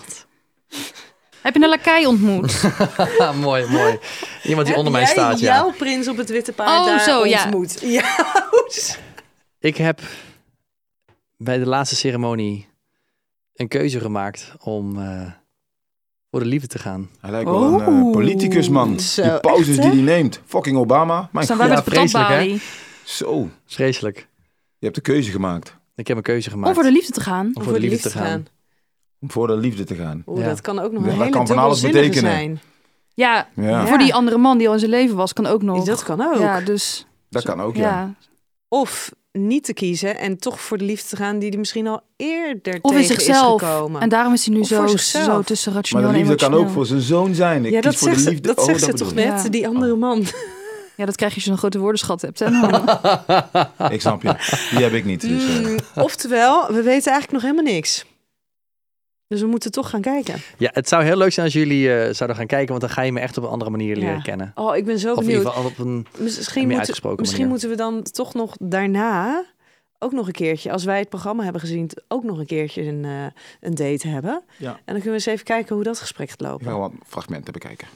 S5: Heb je een lakai ontmoet?
S2: mooi, mooi. Iemand die
S4: Heb
S2: onder mij
S4: jij
S2: staat, ja.
S4: jouw prins op het witte paard
S5: Oh,
S4: daar
S5: zo, ja.
S4: ontmoet? Ja.
S2: Ik heb bij de laatste ceremonie een keuze gemaakt om eh, voor de liefde te gaan.
S6: Hij lijkt wel een eh,
S1: Oeh.
S6: politicus, man.
S4: Zo,
S6: die pauzes
S4: echt, hè?
S6: die hij neemt. Fucking Obama. Mijn
S1: Staan
S6: god.
S1: wij
S2: Ja,
S1: met de
S2: vreselijk, hè?
S5: Patatbalie.
S6: Zo,
S2: Vreselijk.
S6: je hebt de keuze gemaakt
S2: Ik heb een keuze gemaakt
S5: Om voor de liefde te gaan.
S2: om voor de liefde te gaan.
S6: om voor de liefde te gaan.
S4: Oeh,
S2: Ja.
S4: Dat kan ook nog
S6: Ja,
S4: een
S6: dat
S4: hele
S6: kan van alles
S4: dubbelzinnige
S6: betekenen.
S4: zijn.
S5: Ja,
S6: Ja,
S4: Ja.
S5: voor die andere man die al in zijn leven was, kan ook nog.
S4: Dat kan ook.
S5: Ja, dus
S6: dat kan ook, ja.
S5: ja.
S4: Of niet te kiezen en toch voor de liefde te gaan die hij misschien al eerder
S5: Of in
S4: tegen
S5: zichzelf.
S4: is gekomen.
S5: En daarom is hij nu
S4: Of voor
S5: zo,
S4: zichzelf.
S5: zo tussen
S6: Maar
S5: rationeel
S6: de
S5: en
S6: liefde kan ook
S5: emotioneel.
S6: voor zijn zoon zijn. Ik
S4: ja,
S6: kies
S4: dat
S6: voor
S4: zegt,
S6: de
S4: ze,
S6: liefde.
S4: dat
S6: Oh,
S4: zegt ze
S6: bedoel
S4: toch
S6: ik.
S4: net,
S5: Ja.
S4: die andere man.
S5: Ja, dat krijg je als je een grote woordenschat hebt. Hè? Nou,
S6: Ik snap je. Die heb ik niet. Dus, eh,
S4: Mm, oftewel, we weten eigenlijk nog helemaal niks. Dus we moeten toch gaan kijken.
S2: Ja, het zou heel leuk zijn als jullie eh, zouden gaan kijken, want dan ga je me echt op een andere manier leren
S4: Ja.
S2: kennen.
S4: Oh, ik ben zo
S2: Of in
S4: benieuwd.
S2: ieder geval op een...
S4: Misschien,
S2: meer
S4: moeten,
S2: uitgesproken
S4: misschien
S2: manier.
S4: moeten we dan toch nog daarna ook nog een keertje, als wij het programma hebben gezien, ook nog een keertje een, eh, een date hebben.
S6: Ja.
S4: En dan kunnen we eens even kijken hoe dat gesprek gaat
S6: ik
S4: lopen.
S6: ga wel fragmenten bekijken.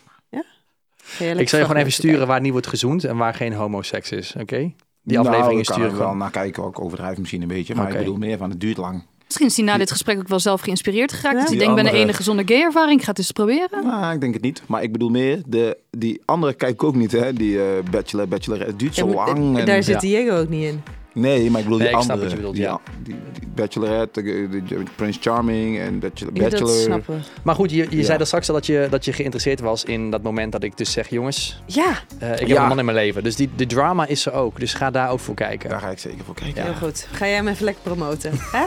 S4: Ga jij lekker
S2: Ik zal je gewoon even
S4: fragmenten
S2: sturen
S4: kijken?
S2: waar niet wordt gezoend en waar geen homoseks is, oké? Die
S6: Nou,
S2: afleveringen
S6: daar kan
S2: sturen
S6: ik wel
S2: gewoon.
S6: naar kijken. Ook overdrijf misschien een beetje. Maar
S2: Oké.
S6: ik bedoel meer van het duurt lang.
S5: Misschien is hij na dit gesprek ook wel zelf geïnspireerd geraakt.
S4: Ja.
S5: dat hij
S6: Die
S5: denkt, ik ben de
S6: andere.
S5: enige zonder gay-ervaring. Ik ga het eens proberen.
S6: Nou, ik denk het niet. Maar ik bedoel meer, de, die andere kijk ik ook niet, hè? Die eh, Bachelor, Bachelor. Het duurt zo
S4: Ja, maar, eh,
S6: lang. en-
S4: Daar zit
S2: ja.
S4: Diego ook niet in.
S6: Nee, maar ik bedoel
S2: Nee,
S6: die
S2: ik snap
S6: andere.
S2: wat je bedoelt,
S6: die,
S2: ja.
S6: die, die Bachelorette, eh, de- de Prince Charming en Bachelor.
S4: Die dat
S6: Bachelor.
S4: snappen.
S2: Maar goed, je, je
S6: Ja.
S2: zei dat straks al dat je, dat je geïnteresseerd was in dat moment dat ik dus zeg, jongens,
S4: Ja,
S2: eh, ik heb
S6: Ja.
S2: een man in mijn leven. Dus die, de drama is er ook, dus ga daar ook voor kijken.
S6: Daar ga ik zeker voor kijken.
S4: heel goed. Ga jij hem even lekker promoten. Hè?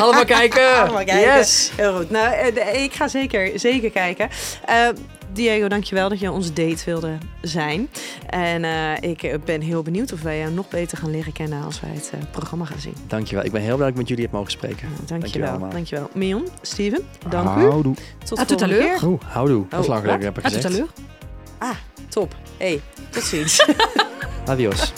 S2: Allemaal kijken!
S4: Allemaal kijken.
S2: Yes!
S4: Heel goed. Nou, eh, de- ik ga zeker, zeker kijken. Eh, Diego, dankjewel dat je onze date wilde zijn. En eh, ik eh, ben heel benieuwd of wij jou nog beter gaan leren kennen als wij het eh, programma gaan zien.
S2: Dankjewel. Ik ben heel blij dat ik met jullie heb mogen spreken.
S4: Nou,
S2: Dankjewel
S4: dankjewel.
S2: allemaal.
S4: Dankjewel. Mion, Steven, dank u.
S6: Houdoe.
S4: Tot de
S5: Ah, tot
S4: volgende
S5: allure.
S4: keer.
S2: Oeh, houdoe. Dat is
S4: Oh,
S2: lang geleden heb ik
S5: Uit de
S2: gezegd.
S5: teleur.
S4: Top. Hey, tot ziens.
S2: Adios.